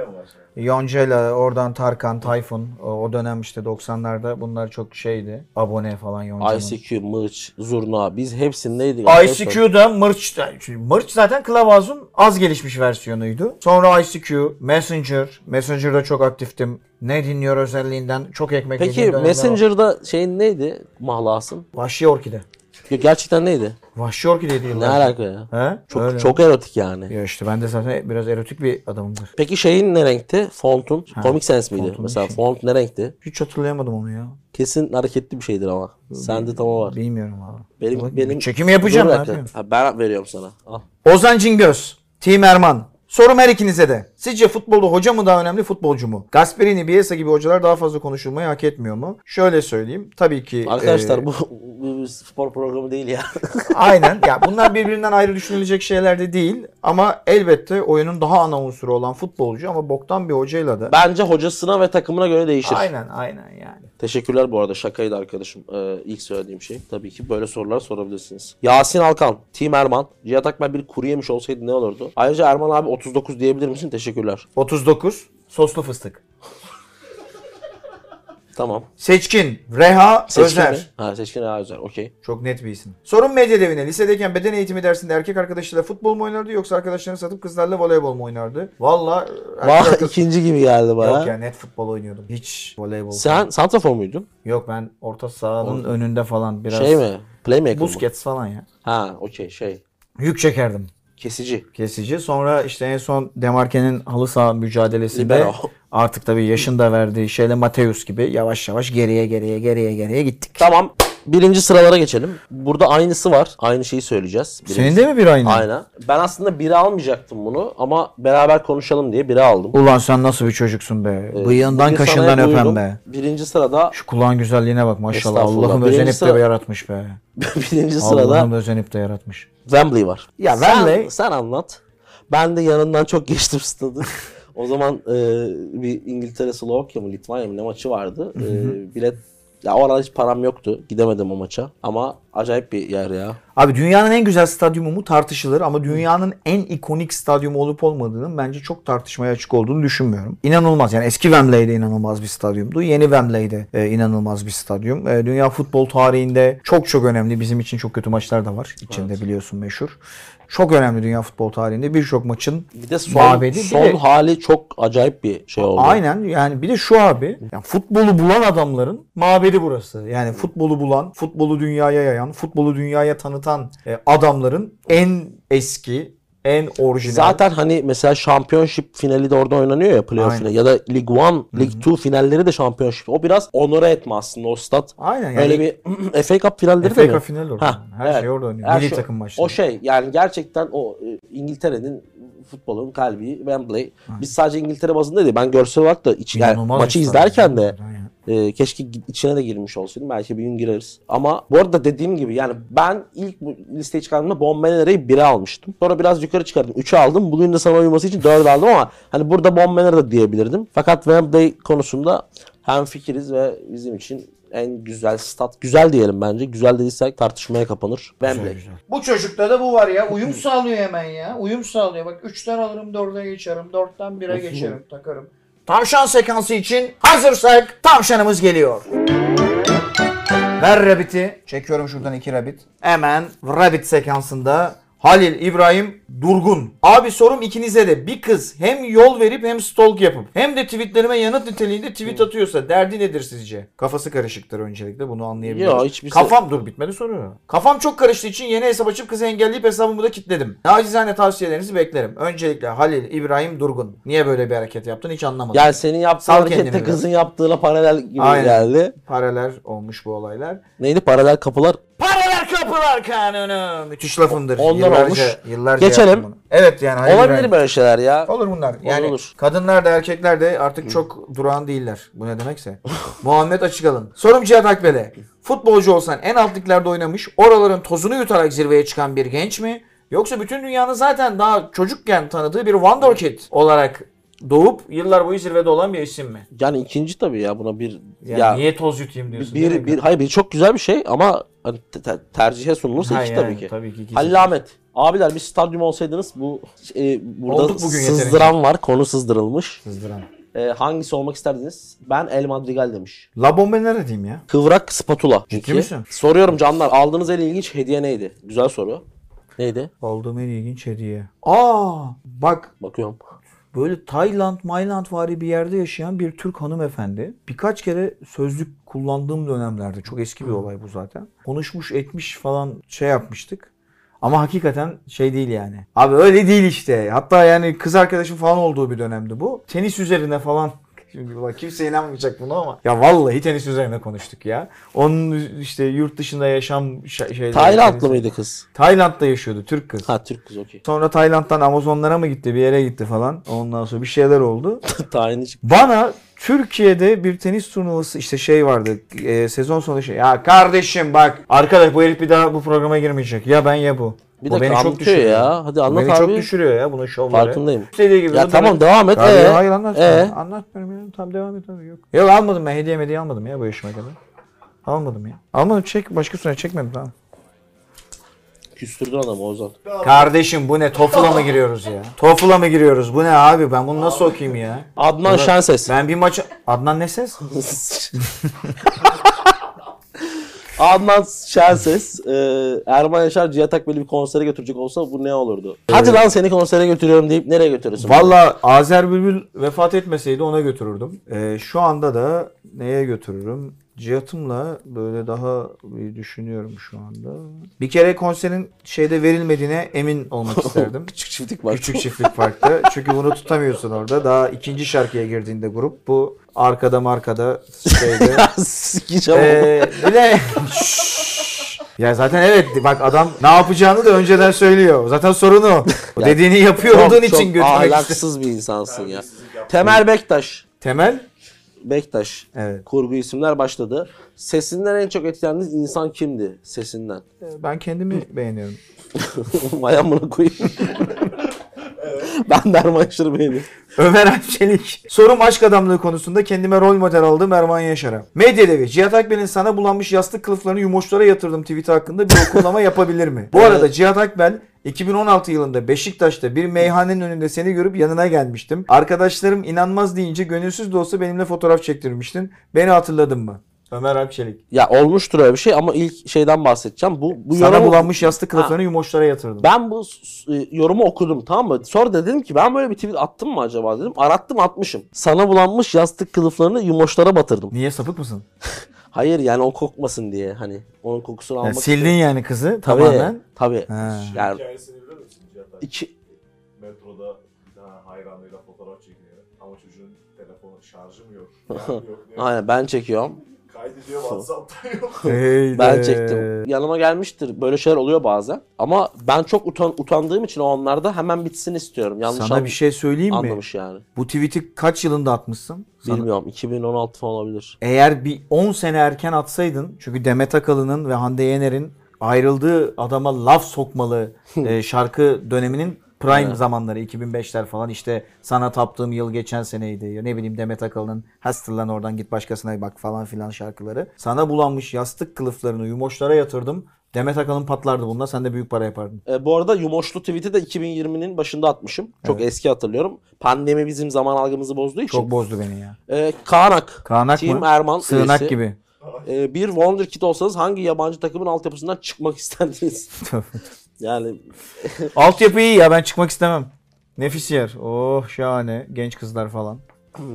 [SPEAKER 2] Yoncayla oradan Tarkan, Tayfun o- o dönem işte 90'larda bunlar çok şeydi. Abone falan
[SPEAKER 3] E
[SPEAKER 2] Yonca'nın.
[SPEAKER 1] ICQ, Mırç, Zurna biz hepsindeydik.
[SPEAKER 2] ICQ'da Mırç, Mırç zaten Clubhouse'un az gelişmiş versiyonuydu. Sonra ICQ, Messenger. Messenger'da çok aktiftim. Ne dinliyor özelliğinden çok ekmek
[SPEAKER 1] Peki
[SPEAKER 2] yediğim dönemler oldu.
[SPEAKER 1] Messenger'da şeyin neydi? Mahlasın.
[SPEAKER 2] Vahşi Orkide.
[SPEAKER 1] Yok, Gerçekten neydi?
[SPEAKER 2] Vahşi Orkide
[SPEAKER 1] Ne
[SPEAKER 2] diyorlar.
[SPEAKER 1] alaka ya?
[SPEAKER 2] He?
[SPEAKER 1] Çok
[SPEAKER 2] Öyle.
[SPEAKER 1] çok erotik yani.
[SPEAKER 2] Ya işte ben de zaten biraz erotik bir adamımdır.
[SPEAKER 1] Peki şeyin ne renkti? Fontun. Comic Sans miydi? Mesela
[SPEAKER 2] şey.
[SPEAKER 1] font ne renkti?
[SPEAKER 2] Hiç hatırlayamadım onu ya.
[SPEAKER 1] Kesin hareketli bir şeydir ama. Sende tam o var.
[SPEAKER 2] Bilmiyorum abi.
[SPEAKER 1] Benim benim
[SPEAKER 2] çekim yapacağım,
[SPEAKER 1] Dur bir
[SPEAKER 2] ne
[SPEAKER 1] dakika.
[SPEAKER 2] yapayım?
[SPEAKER 1] Ha, ben veriyorum sana. Al.
[SPEAKER 2] Ozan Cingöz, Tim Erman. Sorum her ikinize de. Sizce futbolda hoca mı daha önemli futbolcu mu? Gasperini, Bielsa gibi hocalar daha fazla konuşulmayı hak etmiyor mu? Şöyle söyleyeyim. Tabii ki...
[SPEAKER 1] Arkadaşlar
[SPEAKER 2] e,
[SPEAKER 1] bu, bu bir spor programı değil ya. [laughs]
[SPEAKER 2] aynen. Ya bunlar birbirinden ayrı düşünülecek şeyler de değil. Ama elbette oyunun daha ana unsuru olan futbolcu ama boktan bir hocayla da...
[SPEAKER 1] Bence hocasına ve takımına göre değişir.
[SPEAKER 2] Aynen aynen yani.
[SPEAKER 1] Teşekkürler bu arada şakaydı arkadaşım Ee, ilk söylediğim şey. Tabii ki böyle sorular sorabilirsiniz. Yasin Alkan, Tim Erman, Cihat Akman bir kuru yemiş olsaydı ne olurdu? Ayrıca Erman abi 39 diyebilir misin? Teşekkürler.
[SPEAKER 2] 39. Soslu fıstık.
[SPEAKER 1] Tamam.
[SPEAKER 2] Seçkin, Reha, Özer.
[SPEAKER 1] mi? Ha, seçkin Reha Özer. Okey.
[SPEAKER 2] Çok net bir isim. Sorun medya devine. Lisedeyken beden eğitimi dersinde erkek arkadaşıyla futbol mu oynardı yoksa arkadaşlarını satıp kızlarla voleybol mu oynardı? Valla erkek
[SPEAKER 1] Vah
[SPEAKER 2] arkadaş...
[SPEAKER 1] ikinci gibi geldi bana.
[SPEAKER 2] Yok ya net futbol oynuyordum. Hiç voleybol.
[SPEAKER 1] Sen santrafor muydun?
[SPEAKER 2] Yok ben orta sahanın önünde falan biraz.
[SPEAKER 1] Şey mi? Playmaker mı?
[SPEAKER 2] Busquets falan ya.
[SPEAKER 1] Ha okey şey.
[SPEAKER 2] Yük çekerdim.
[SPEAKER 1] Kesici.
[SPEAKER 2] Kesici. Sonra işte en son Demarke'nin halı saha mücadelesinde [laughs]
[SPEAKER 1] Libero.
[SPEAKER 2] artık tabii yaşın da verdiği şeyle Mateus gibi yavaş yavaş geriye geriye geriye geriye gittik.
[SPEAKER 1] Tamam. Birinci sıralara geçelim. Burada aynısı var. Aynı şeyi söyleyeceğiz. Birinci-
[SPEAKER 2] Senin de mi bir aynı?
[SPEAKER 1] Aynen. Ben aslında biri almayacaktım bunu ama beraber konuşalım diye biri aldım.
[SPEAKER 2] Ulan sen nasıl bir çocuksun be. Bıyığından
[SPEAKER 1] Bugün
[SPEAKER 2] kaşından
[SPEAKER 1] sana
[SPEAKER 2] öpen
[SPEAKER 1] buyurun.
[SPEAKER 2] be.
[SPEAKER 1] Birinci sırada [laughs]
[SPEAKER 2] Şu kulağın güzelliğine bak maşallah.
[SPEAKER 1] Estağfurullah.
[SPEAKER 2] Allah'ım
[SPEAKER 1] Birinci
[SPEAKER 2] özenip
[SPEAKER 1] sıra-
[SPEAKER 2] de yaratmış be.
[SPEAKER 1] birinci sırada
[SPEAKER 2] Allah'ım özenip de yaratmış.
[SPEAKER 1] Wembley var.
[SPEAKER 2] Ya
[SPEAKER 1] Sen-
[SPEAKER 2] Wembley-
[SPEAKER 1] Sen, anlat. Ben de yanından çok geçtim stadı. o zaman e, bir İngiltere Slovakya mı Litvanya mı ne maçı vardı. E, bilet ya o ara hiç param yoktu. Gidemedim o maça. Ama acayip bir yer ya.
[SPEAKER 2] Abi dünyanın en güzel stadyumu mu tartışılır ama dünyanın en ikonik stadyumu olup olmadığının bence çok tartışmaya açık olduğunu düşünmüyorum. İnanılmaz yani eski Wembley'de inanılmaz bir stadyumdu. Yeni Wembley'de e, inanılmaz bir stadyum. E, dünya futbol tarihinde çok çok önemli. Bizim için çok kötü maçlar da var. içinde biliyorsun meşhur. Çok önemli dünya futbol tarihinde birçok maçın
[SPEAKER 1] Bir de son,
[SPEAKER 2] mabedi. Bir
[SPEAKER 1] son
[SPEAKER 2] de-
[SPEAKER 1] hali çok acayip bir şey oldu.
[SPEAKER 2] Aynen yani bir de şu abi ya futbolu bulan adamların mabedi burası. Yani futbolu bulan, futbolu dünyaya yayan, futbolu dünyaya tanıtan e, adamların en eski, en orijinal.
[SPEAKER 1] Zaten hani mesela Championship finali de orada oynanıyor ya playoff
[SPEAKER 2] Aynen.
[SPEAKER 1] finali. ya da League One, League Two finalleri de Championship. O biraz onore etme aslında o stat.
[SPEAKER 2] Aynen yani.
[SPEAKER 1] Öyle bir [clears throat] FA Cup finalleri
[SPEAKER 2] FA
[SPEAKER 1] de mi?
[SPEAKER 2] Cup finali orada. Her şey orada oynuyor.
[SPEAKER 1] Her
[SPEAKER 2] Milli
[SPEAKER 1] şey-
[SPEAKER 2] takım maçları.
[SPEAKER 1] O şey yani gerçekten o e, İngiltere'nin futbolun kalbi Wembley. Biz sadece İngiltere bazında değil. Ben görsel olarak da iç, yani
[SPEAKER 2] İnanılmaz
[SPEAKER 1] maçı
[SPEAKER 2] bir
[SPEAKER 1] izlerken de
[SPEAKER 2] stadyum. Aynen.
[SPEAKER 1] e, keşke gi- içine de girmiş olsaydım. Belki bir gün gireriz. Ama bu arada dediğim gibi yani ben ilk bu listeye çıkardığımda Bombenere'yi 1'e almıştım. Sonra biraz yukarı çıkardım. 3'e aldım. Bugün de sana uyuması için 4 aldım ama hani burada Bombenere de diyebilirdim. Fakat Wembley konusunda hem fikiriz ve bizim için en güzel stat. Güzel diyelim bence. Güzel dediysek tartışmaya kapanır. Wembley.
[SPEAKER 2] Bu çocukta da bu var ya. Uyum sağlıyor hemen ya. Uyum sağlıyor. Bak 3'ten alırım 4'e geçerim. 4'ten 1'e geçerim takarım.
[SPEAKER 3] Tavşan sekansı için hazırsak tavşanımız geliyor. Ver Rabbit'i. Çekiyorum şuradan iki Rabbit. Hemen Rabbit sekansında Halil İbrahim Durgun. Abi sorum ikinize de bir kız hem yol verip hem stalk yapıp hem de tweetlerime yanıt niteliğinde tweet atıyorsa derdi nedir sizce? Kafası karışıktır öncelikle bunu anlayabiliriz.
[SPEAKER 1] Yo, hiçbir şey-
[SPEAKER 3] Kafam dur bitmedi soru. Kafam çok karıştığı için yeni hesap açıp kızı engelleyip hesabımı da kilitledim. Nacizane tavsiyelerinizi beklerim. Öncelikle Halil İbrahim Durgun. Niye böyle bir hareket yaptın hiç anlamadım.
[SPEAKER 1] Yani senin yaptığın
[SPEAKER 3] Sal kendini
[SPEAKER 1] harekette
[SPEAKER 3] biraz.
[SPEAKER 1] kızın yaptığıyla paralel gibi
[SPEAKER 3] Aynen.
[SPEAKER 1] geldi.
[SPEAKER 3] Paralel olmuş bu olaylar.
[SPEAKER 1] Neydi? Paralel kapılar.
[SPEAKER 3] Paralel kapılar kanunu. Müthiş lafındır.
[SPEAKER 1] Ondan
[SPEAKER 3] yıllarca,
[SPEAKER 1] olmuş.
[SPEAKER 3] Yıllarca
[SPEAKER 1] Geçelim.
[SPEAKER 3] yaptım bunu. Evet yani. hayır,
[SPEAKER 1] Olabilir
[SPEAKER 3] hayır.
[SPEAKER 1] böyle şeyler ya.
[SPEAKER 3] Olur bunlar. Yani
[SPEAKER 1] olur.
[SPEAKER 3] kadınlar da erkekler de artık çok durağan değiller. Bu ne demekse. [laughs] Muhammed Açıkalın. Sorum Cihat Akbel'e. Futbolcu olsan en alt liglerde oynamış, oraların tozunu yutarak zirveye çıkan bir genç mi? Yoksa bütün dünyanın zaten daha çocukken tanıdığı bir wonderkid olarak doğup yıllar boyu zirvede olan bir isim mi?
[SPEAKER 1] Yani ikinci tabii ya buna bir
[SPEAKER 3] Yani
[SPEAKER 1] ya
[SPEAKER 3] niye toz yutayım diyorsun? değil mi?
[SPEAKER 1] bir bir hayır bir çok güzel bir şey ama hani te- te- tercihe sunulursa
[SPEAKER 3] Ha
[SPEAKER 1] iki
[SPEAKER 3] yani,
[SPEAKER 1] tabii ki.
[SPEAKER 3] tabii ki iki
[SPEAKER 1] Halil
[SPEAKER 3] seçenek.
[SPEAKER 1] Ahmet. Abiler bir stadyum olsaydınız bu e, burada
[SPEAKER 3] Olduk bugün yeterince.
[SPEAKER 1] sızdıran var. Konu sızdırılmış.
[SPEAKER 3] Kızdıran.
[SPEAKER 1] E, hangisi olmak isterdiniz? Ben El Madrigal demiş.
[SPEAKER 3] La Bomba nerede diyeyim ya?
[SPEAKER 1] Kıvrak spatula. Peki.
[SPEAKER 3] misin?
[SPEAKER 1] Soruyorum canlar. Aldığınız en ilginç hediye neydi? Güzel soru. Neydi?
[SPEAKER 3] Aldığım en ilginç hediye. Aa bak
[SPEAKER 1] Bakıyorum.
[SPEAKER 3] böyle Tayland, Mayland vari bir yerde yaşayan bir Türk hanımefendi. Birkaç kere sözlük kullandığım dönemlerde çok eski bir olay bu zaten. Konuşmuş etmiş falan şey yapmıştık. Ama hakikaten şey değil yani. Abi öyle değil işte. Hatta yani kız arkadaşım falan olduğu bir dönemdi bu. Tenis üzerine falan Şimdi bak kimse inanmayacak buna ama. Ya vallahi tenis üzerine konuştuk ya. Onun işte yurt dışında yaşam şey- şeyleri.
[SPEAKER 1] Taylandlı mıydı kız?
[SPEAKER 3] Tayland'da yaşıyordu Türk kız.
[SPEAKER 1] Ha Türk kız okey. [laughs]
[SPEAKER 3] Sonra Tayland'dan Amazonlara mı gitti bir yere gitti falan. Ondan sonra bir şeyler oldu.
[SPEAKER 1] Tayini çık-
[SPEAKER 3] Bana Türkiye'de bir tenis turnuvası işte şey vardı e, sezon sonu şey. Ya kardeşim bak arkadaş bu herif bir daha bu programa girmeyecek. Ya ben ya bu.
[SPEAKER 1] Bir
[SPEAKER 3] bu
[SPEAKER 1] dakika anlatıyor ya. Hadi
[SPEAKER 3] Bu
[SPEAKER 1] anlat
[SPEAKER 3] beni
[SPEAKER 1] abi.
[SPEAKER 3] çok düşürüyor ya bunun şovları.
[SPEAKER 1] Farkındayım.
[SPEAKER 3] İstediği gibi.
[SPEAKER 1] Ya
[SPEAKER 3] de
[SPEAKER 1] tamam
[SPEAKER 3] demek-
[SPEAKER 1] devam et.
[SPEAKER 3] Hayır,
[SPEAKER 1] Ee?
[SPEAKER 3] hayır anlatmıyorum.
[SPEAKER 1] Ee?
[SPEAKER 3] Anlatmıyorum ya. Tam devam et abi. Yok. Yok almadım ben hediye hediye almadım ya bu yaşıma kadar. Almadım ya. Almadım çek başka süre çekmedim tamam.
[SPEAKER 1] Küstürdün adamı Ozan.
[SPEAKER 3] Kardeşim bu ne? Tofula mı giriyoruz ya? Tofula mı giriyoruz? Bu ne abi? Ben bunu nasıl okuyayım ya?
[SPEAKER 1] Adnan Şenses.
[SPEAKER 3] Ben bir maça... Adnan ne ses?
[SPEAKER 1] [laughs] Adnan Şenses, e, Erman Yaşar Cihat Akbel'i bir konsere götürecek olsa bu ne olurdu? Hadi lan seni konsere götürüyorum deyip nereye götürürsün? [laughs]
[SPEAKER 3] Valla Azer Bülbül vefat etmeseydi ona götürürdüm. Ee, şu anda da neye götürürüm? Cihat'ımla böyle daha bir düşünüyorum şu anda. Bir kere konserin şeyde verilmediğine emin [laughs] olmak isterdim.
[SPEAKER 1] Küçük çiftlik var.
[SPEAKER 3] Küçük çiftlik farklı. Çünkü bunu tutamıyorsun orada. Daha ikinci şarkıya girdiğinde grup bu arkada markada [laughs] şeyde
[SPEAKER 1] [laughs] Sikeceğim oğlum.
[SPEAKER 3] Ee, bir de Ya zaten evet bak adam ne yapacağını da önceden söylüyor. Zaten sorunu. o. O dediğini yapıyor
[SPEAKER 1] Çok-
[SPEAKER 3] olduğun
[SPEAKER 1] çok
[SPEAKER 3] için götürmek istiyor.
[SPEAKER 1] ahlaksız bir insansın ya. Temel Bektaş.
[SPEAKER 3] Temel
[SPEAKER 1] Bektaş.
[SPEAKER 3] Evet.
[SPEAKER 1] Kurgu isimler başladı. Sesinden en çok etkilendiğiniz insan kimdi? Sesinden. [laughs]
[SPEAKER 3] ben kendimi beğeniyorum.
[SPEAKER 1] Mayan bunu koyayım. ben de Erman Yaşar'ı beğeniyorum.
[SPEAKER 3] Ömer Akçelik. Sorum aşk adamlığı konusunda kendime rol model aldığım Erman Yaşar'a. Medya devi. Cihat Akbel'in sana bulanmış yastık kılıflarını yumoşlara yatırdım tweeti hakkında bir okullama yapabilir mi? Bu arada Cihat Akbel 2016 yılında Beşiktaş'ta bir meyhanenin önünde seni görüp yanına gelmiştim. Arkadaşlarım inanmaz deyince gönülsüz de olsa benimle fotoğraf çektirmiştin. Beni hatırladın mı? Ömer Akçelik.
[SPEAKER 1] Ya olmuştur öyle bir şey ama ilk şeyden bahsedeceğim. Bu, bu
[SPEAKER 3] Sana
[SPEAKER 1] yorumu-
[SPEAKER 3] bulanmış yastık kılıflarını yumoşlara yatırdım.
[SPEAKER 1] Ben bu s- e, yorumu okudum tamam mı? Sonra da dedim ki ben böyle bir tweet attım mı acaba dedim. Arattım atmışım. Sana bulanmış yastık kılıflarını yumoşlara batırdım.
[SPEAKER 3] Niye sapık mısın?
[SPEAKER 1] Hayır yani o kokmasın diye hani onun kokusunu
[SPEAKER 3] Yani
[SPEAKER 1] almak
[SPEAKER 3] sildin
[SPEAKER 1] için.
[SPEAKER 3] yani kızı
[SPEAKER 1] Tabii,
[SPEAKER 3] tamamen.
[SPEAKER 1] Tabii.
[SPEAKER 3] Ha.
[SPEAKER 1] Yani
[SPEAKER 6] Hikayesini bilir misin Cihat abi?
[SPEAKER 1] iki,
[SPEAKER 6] Metroda bir tane hayranıyla fotoğraf çekiniyor. Ama çocuğun telefonu şarjı mı yok? Yani yok diyor.
[SPEAKER 1] aynen ben çekiyorum.
[SPEAKER 6] Kaydediyor WhatsApp'ta yok. [laughs]
[SPEAKER 3] Hey
[SPEAKER 1] Ben
[SPEAKER 3] de.
[SPEAKER 1] çektim. Yanıma gelmiştir. Böyle şeyler oluyor bazen. Ama ben çok utan utandığım için o anlarda hemen bitsin istiyorum. Yanlış
[SPEAKER 3] Sana
[SPEAKER 1] an-
[SPEAKER 3] bir şey söyleyeyim mi?
[SPEAKER 1] anlamış yani.
[SPEAKER 3] Bu tweet'i kaç yılında atmışsın? Sana-
[SPEAKER 1] Bilmiyorum 2016 falan olabilir.
[SPEAKER 3] Eğer bir 10 sene erken atsaydın çünkü Demet Akalın'ın
[SPEAKER 1] [laughs]
[SPEAKER 3] ve Hande Yener'in ayrıldığı adama laf sokmalı e, şarkı döneminin Prime zamanları 2005'ler falan işte sana taptığım yıl geçen seneydi. Ne bileyim Demet Akalın'ın Hastırlan oradan git başkasına bak falan filan şarkıları. Sana bulanmış yastık kılıflarını yumoşlara yatırdım. Demet Akalın patlardı bununla sen de büyük para yapardın.
[SPEAKER 1] E, bu arada yumoşlu tweet'i de 2020'nin başında atmışım. Çok eski hatırlıyorum. Pandemi bizim zaman algımızı bozduğu için.
[SPEAKER 3] Çok bozdu beni ya.
[SPEAKER 1] E, Kaanak.
[SPEAKER 3] Kaanak
[SPEAKER 1] Team
[SPEAKER 3] mı?
[SPEAKER 1] Erman
[SPEAKER 3] Sığınak
[SPEAKER 1] üyesi.
[SPEAKER 3] gibi.
[SPEAKER 1] E, bir Wonder Kid olsanız hangi yabancı takımın altyapısından çıkmak [laughs]
[SPEAKER 3] [laughs]
[SPEAKER 1] isterdiniz? yani
[SPEAKER 3] Altyapı iyi ya ben çıkmak istemem. Nefis yer. Oh şahane. Genç kızlar falan.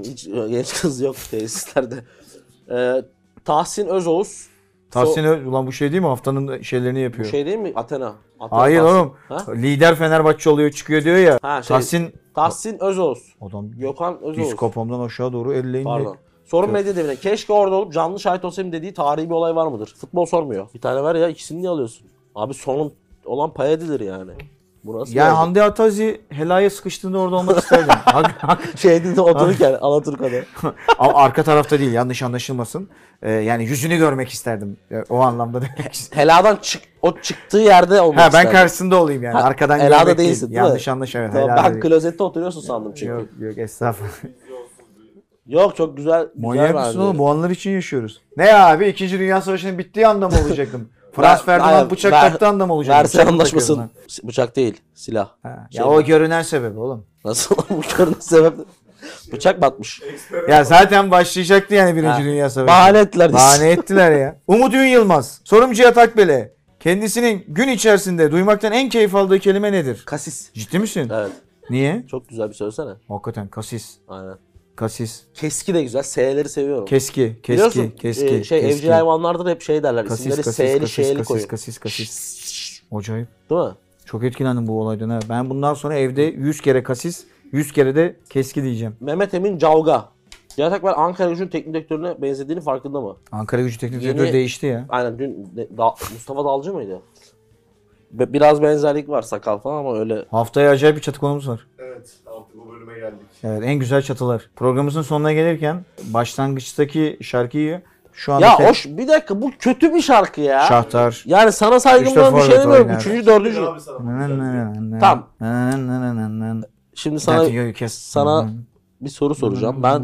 [SPEAKER 1] hiç e, genç kız yok tesislerde. E, Tahsin Özoğuz.
[SPEAKER 3] Tahsin Ö- ulan bu şey değil mi? Haftanın şeylerini
[SPEAKER 1] Bu
[SPEAKER 3] yapıyor.
[SPEAKER 1] şey değil mi? Athena. Athena
[SPEAKER 3] Hayır
[SPEAKER 1] Tahsin.
[SPEAKER 3] oğlum.
[SPEAKER 1] Ha?
[SPEAKER 3] Lider Fenerbahçe oluyor çıkıyor diyor ya.
[SPEAKER 1] Ha, şey-
[SPEAKER 3] Tahsin
[SPEAKER 1] Tahsin Özoğuz.
[SPEAKER 3] Adam
[SPEAKER 1] Gökhan Özoğuz.
[SPEAKER 3] düz kopamdan aşağı doğru elleyin.
[SPEAKER 1] Pardon. Sorun medya devine. Keşke orada olup canlı şahit olsaydım dediği tarihi bir olay var mıdır? Futbol sormuyor. Bir tane ver ya ikisini niye alıyorsun? Abi sonun olan pay edilir yani. Burası
[SPEAKER 3] Yani
[SPEAKER 1] yani [laughs]
[SPEAKER 3] Hande Atazi helaya sıkıştığında orada olmak isterdim. Hak- hak-
[SPEAKER 1] şey dedi
[SPEAKER 3] [laughs]
[SPEAKER 1] otururken Alaturka'da.
[SPEAKER 3] Ama arka tarafta değil yanlış anlaşılmasın. Ee, yani yüzünü görmek isterdim. Ee, o anlamda demek istedim.
[SPEAKER 1] Heladan çık o çıktığı yerde olmak
[SPEAKER 3] Ha ben
[SPEAKER 1] isterdim.
[SPEAKER 3] karşısında olayım yani.
[SPEAKER 1] Ha,
[SPEAKER 3] Arkadan
[SPEAKER 1] helada
[SPEAKER 3] görmek değil.
[SPEAKER 1] değilsin değil mi?
[SPEAKER 3] Yanlış anlaş evet.
[SPEAKER 1] Tamam,
[SPEAKER 3] helada
[SPEAKER 1] ben
[SPEAKER 3] değil.
[SPEAKER 1] klozette oturuyorsun sandım çünkü. Yok,
[SPEAKER 3] Yok yok estağfurullah.
[SPEAKER 1] çok güzel.
[SPEAKER 3] Manyak
[SPEAKER 1] güzel
[SPEAKER 3] mısın
[SPEAKER 1] verdi.
[SPEAKER 3] oğlum? Bu anlar için yaşıyoruz. Ne ya abi? İkinci Dünya Savaşı'nın bittiği anda mı
[SPEAKER 1] [laughs]
[SPEAKER 3] olacaktım? Frans
[SPEAKER 1] Ver-
[SPEAKER 3] Ferdinand
[SPEAKER 1] hayır,
[SPEAKER 3] bıçak
[SPEAKER 1] ver-
[SPEAKER 3] taktı anda mı olacaktım?
[SPEAKER 1] Versailles
[SPEAKER 3] Bıçak
[SPEAKER 1] şey
[SPEAKER 3] mı
[SPEAKER 1] anlaşmasın.
[SPEAKER 3] takıyorum
[SPEAKER 1] Si- Bıçak değil silah.
[SPEAKER 3] ben? Ha.
[SPEAKER 1] Şey
[SPEAKER 3] ya o görünen sebebi oğlum.
[SPEAKER 1] Nasıl [laughs] bu körün sebep? Bıçak batmış.
[SPEAKER 3] Ya zaten başlayacaktı yani Birinci
[SPEAKER 1] Ha.
[SPEAKER 3] Dünya Savaşı.
[SPEAKER 1] Bahane ettiler.
[SPEAKER 3] Bahane ettiler ya.
[SPEAKER 1] [laughs]
[SPEAKER 3] Umut Ün Yılmaz, sorum Cihat Akbel'e. Kendisinin gün içerisinde duymaktan en keyif aldığı kelime nedir?
[SPEAKER 1] Kasis.
[SPEAKER 3] Ciddi misin?
[SPEAKER 1] Evet.
[SPEAKER 3] Niye?
[SPEAKER 1] Çok güzel bir söylesene.
[SPEAKER 3] Hakikaten kasis.
[SPEAKER 1] Aynen.
[SPEAKER 3] Kasis.
[SPEAKER 1] Keski de güzel. S'leri seviyorum.
[SPEAKER 3] Keski. Keski.
[SPEAKER 1] Biliyorsun
[SPEAKER 3] keski.
[SPEAKER 1] e, şey
[SPEAKER 3] keski.
[SPEAKER 1] evcil hayvanlarda da hep şey derler.
[SPEAKER 3] Kasis,
[SPEAKER 1] İsimleri
[SPEAKER 3] kasis,
[SPEAKER 1] S'li
[SPEAKER 3] kasis,
[SPEAKER 1] şeyli
[SPEAKER 3] kasis,
[SPEAKER 1] koyun.
[SPEAKER 3] kasis, kasis.
[SPEAKER 1] Şşş, şşş.
[SPEAKER 3] Acayip.
[SPEAKER 1] Değil mi?
[SPEAKER 3] Çok etkilendim bu olaydan. ha. Ben bundan sonra evde 100 kere kasis, 100 kere de keski diyeceğim.
[SPEAKER 1] Mehmet Emin Cavga. Cihat Akber Ankara Gücü'nün teknik direktörüne benzediğini farkında mı?
[SPEAKER 3] Ankara Gücü
[SPEAKER 1] Yeni-
[SPEAKER 3] Teknik Direktörü değişti ya.
[SPEAKER 1] Aynen dün de- da- Mustafa Dalcı mıydı? Be- Biraz benzerlik var sakal falan ama öyle
[SPEAKER 3] Haftaya acayip bir çatı konumuz var.
[SPEAKER 6] Evet artık bu bölüme geldik.
[SPEAKER 3] Evet en güzel çatılar. Programımızın sonuna gelirken başlangıçtaki şarkıyı şu an
[SPEAKER 1] Ya hoş bir dakika bu kötü bir şarkı ya.
[SPEAKER 3] Şahtar.
[SPEAKER 1] Yani sana saygımdan
[SPEAKER 3] Üçte
[SPEAKER 1] bir şey
[SPEAKER 3] forvet
[SPEAKER 1] demiyorum.
[SPEAKER 3] oynar.
[SPEAKER 1] Üçüncü, dördüncü.
[SPEAKER 6] Abi sana.
[SPEAKER 1] Tamam.
[SPEAKER 3] Tamam.
[SPEAKER 1] Şimdi sana
[SPEAKER 3] Sana,
[SPEAKER 1] sana bir soru soracağım. Ben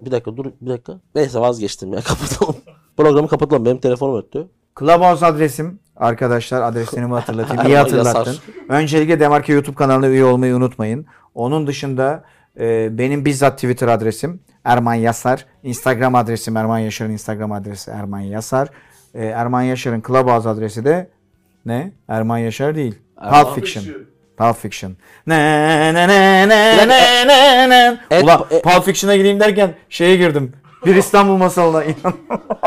[SPEAKER 1] bir dakika dur bir dakika. Neyse vazgeçtim ya kapatalım. Programı kapatalım. Benim telefonum öttü.
[SPEAKER 3] Clubhouse adresim arkadaşlar
[SPEAKER 1] [laughs]
[SPEAKER 3] adreslerimi hatırlatayım. İyi
[SPEAKER 1] Erman Yasar.
[SPEAKER 3] hatırlattın. Öncelikle Demarke YouTube kanalına üye olmayı unutmayın. Onun dışında e, benim bizzat Twitter adresim Erman Yasar. Instagram adresim Erman Yaşar'ın Instagram adresi Erman Yasar. E, Erman Yaşar'ın Clubhouse adresi de ne? Erman Yaşar değil. Pulp Fiction. Pulp Fiction. Ne ne ne ne ne ne ne.
[SPEAKER 1] Et-
[SPEAKER 3] Ulan
[SPEAKER 1] e-
[SPEAKER 3] Pulp Fiction'a gireyim derken şeye girdim. Bir İstanbul masalına [laughs] inan.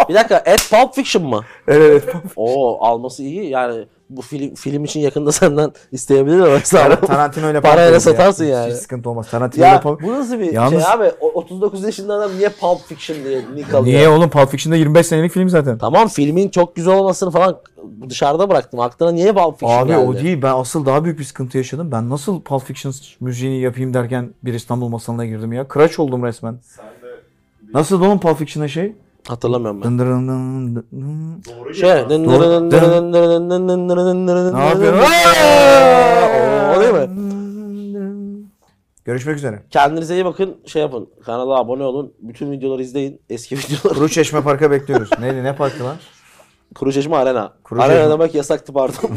[SPEAKER 1] Bir dakika. Ed Pulp Fiction mı?
[SPEAKER 3] evet evet.
[SPEAKER 1] Oo alması iyi. Yani bu film film için yakında senden isteyebilir ama hesabı.
[SPEAKER 3] Tarantino ile
[SPEAKER 1] Parayla
[SPEAKER 3] yaparız
[SPEAKER 1] satarsın yani.
[SPEAKER 3] Hiç sıkıntı olmaz. Tarantino ile
[SPEAKER 1] Ya
[SPEAKER 3] yapalım.
[SPEAKER 1] bu nasıl bir
[SPEAKER 3] Yalnız-
[SPEAKER 1] şey abi? O- 39 yaşında adam niye Pulp Fiction diye nick alıyor?
[SPEAKER 3] Niye oğlum? Pulp Fiction'da 25 senelik film zaten.
[SPEAKER 1] Tamam filmin çok güzel olmasını falan dışarıda bıraktım. Aklına niye Pulp Fiction
[SPEAKER 3] Abi
[SPEAKER 1] geldi?
[SPEAKER 3] o değil. Ben asıl daha büyük bir sıkıntı yaşadım. Ben nasıl Pulp Fiction müziğini yapayım derken bir İstanbul masalına girdim ya. Kıraç oldum resmen.
[SPEAKER 6] Sen de
[SPEAKER 3] Nasıl oğlum Pulp Fiction'a şey?
[SPEAKER 1] Hatırlamıyorum ben.
[SPEAKER 3] Dın dırın dın dın dın.
[SPEAKER 6] doğru
[SPEAKER 1] Şey.
[SPEAKER 6] ya.
[SPEAKER 3] Ne yapıyorsun?
[SPEAKER 1] O değil mi?
[SPEAKER 3] Görüşmek üzere.
[SPEAKER 1] Kendinize iyi bakın. Şey yapın. Kanala abone olun. Bütün videoları izleyin. Eski [laughs] videoları.
[SPEAKER 3] Kuru Çeşme Park'a bekliyoruz. Neydi? Ne parkı lan?
[SPEAKER 1] Kuru Çeşme Arena.
[SPEAKER 3] Kuru
[SPEAKER 1] Arena
[SPEAKER 3] Çeşme.
[SPEAKER 1] [laughs] demek yasaktı pardon.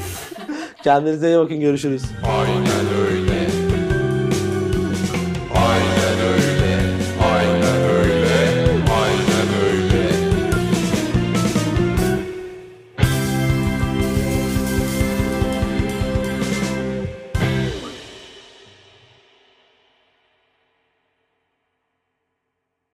[SPEAKER 1] Kendinize iyi bakın. Görüşürüz.
[SPEAKER 7] Aynen öyle.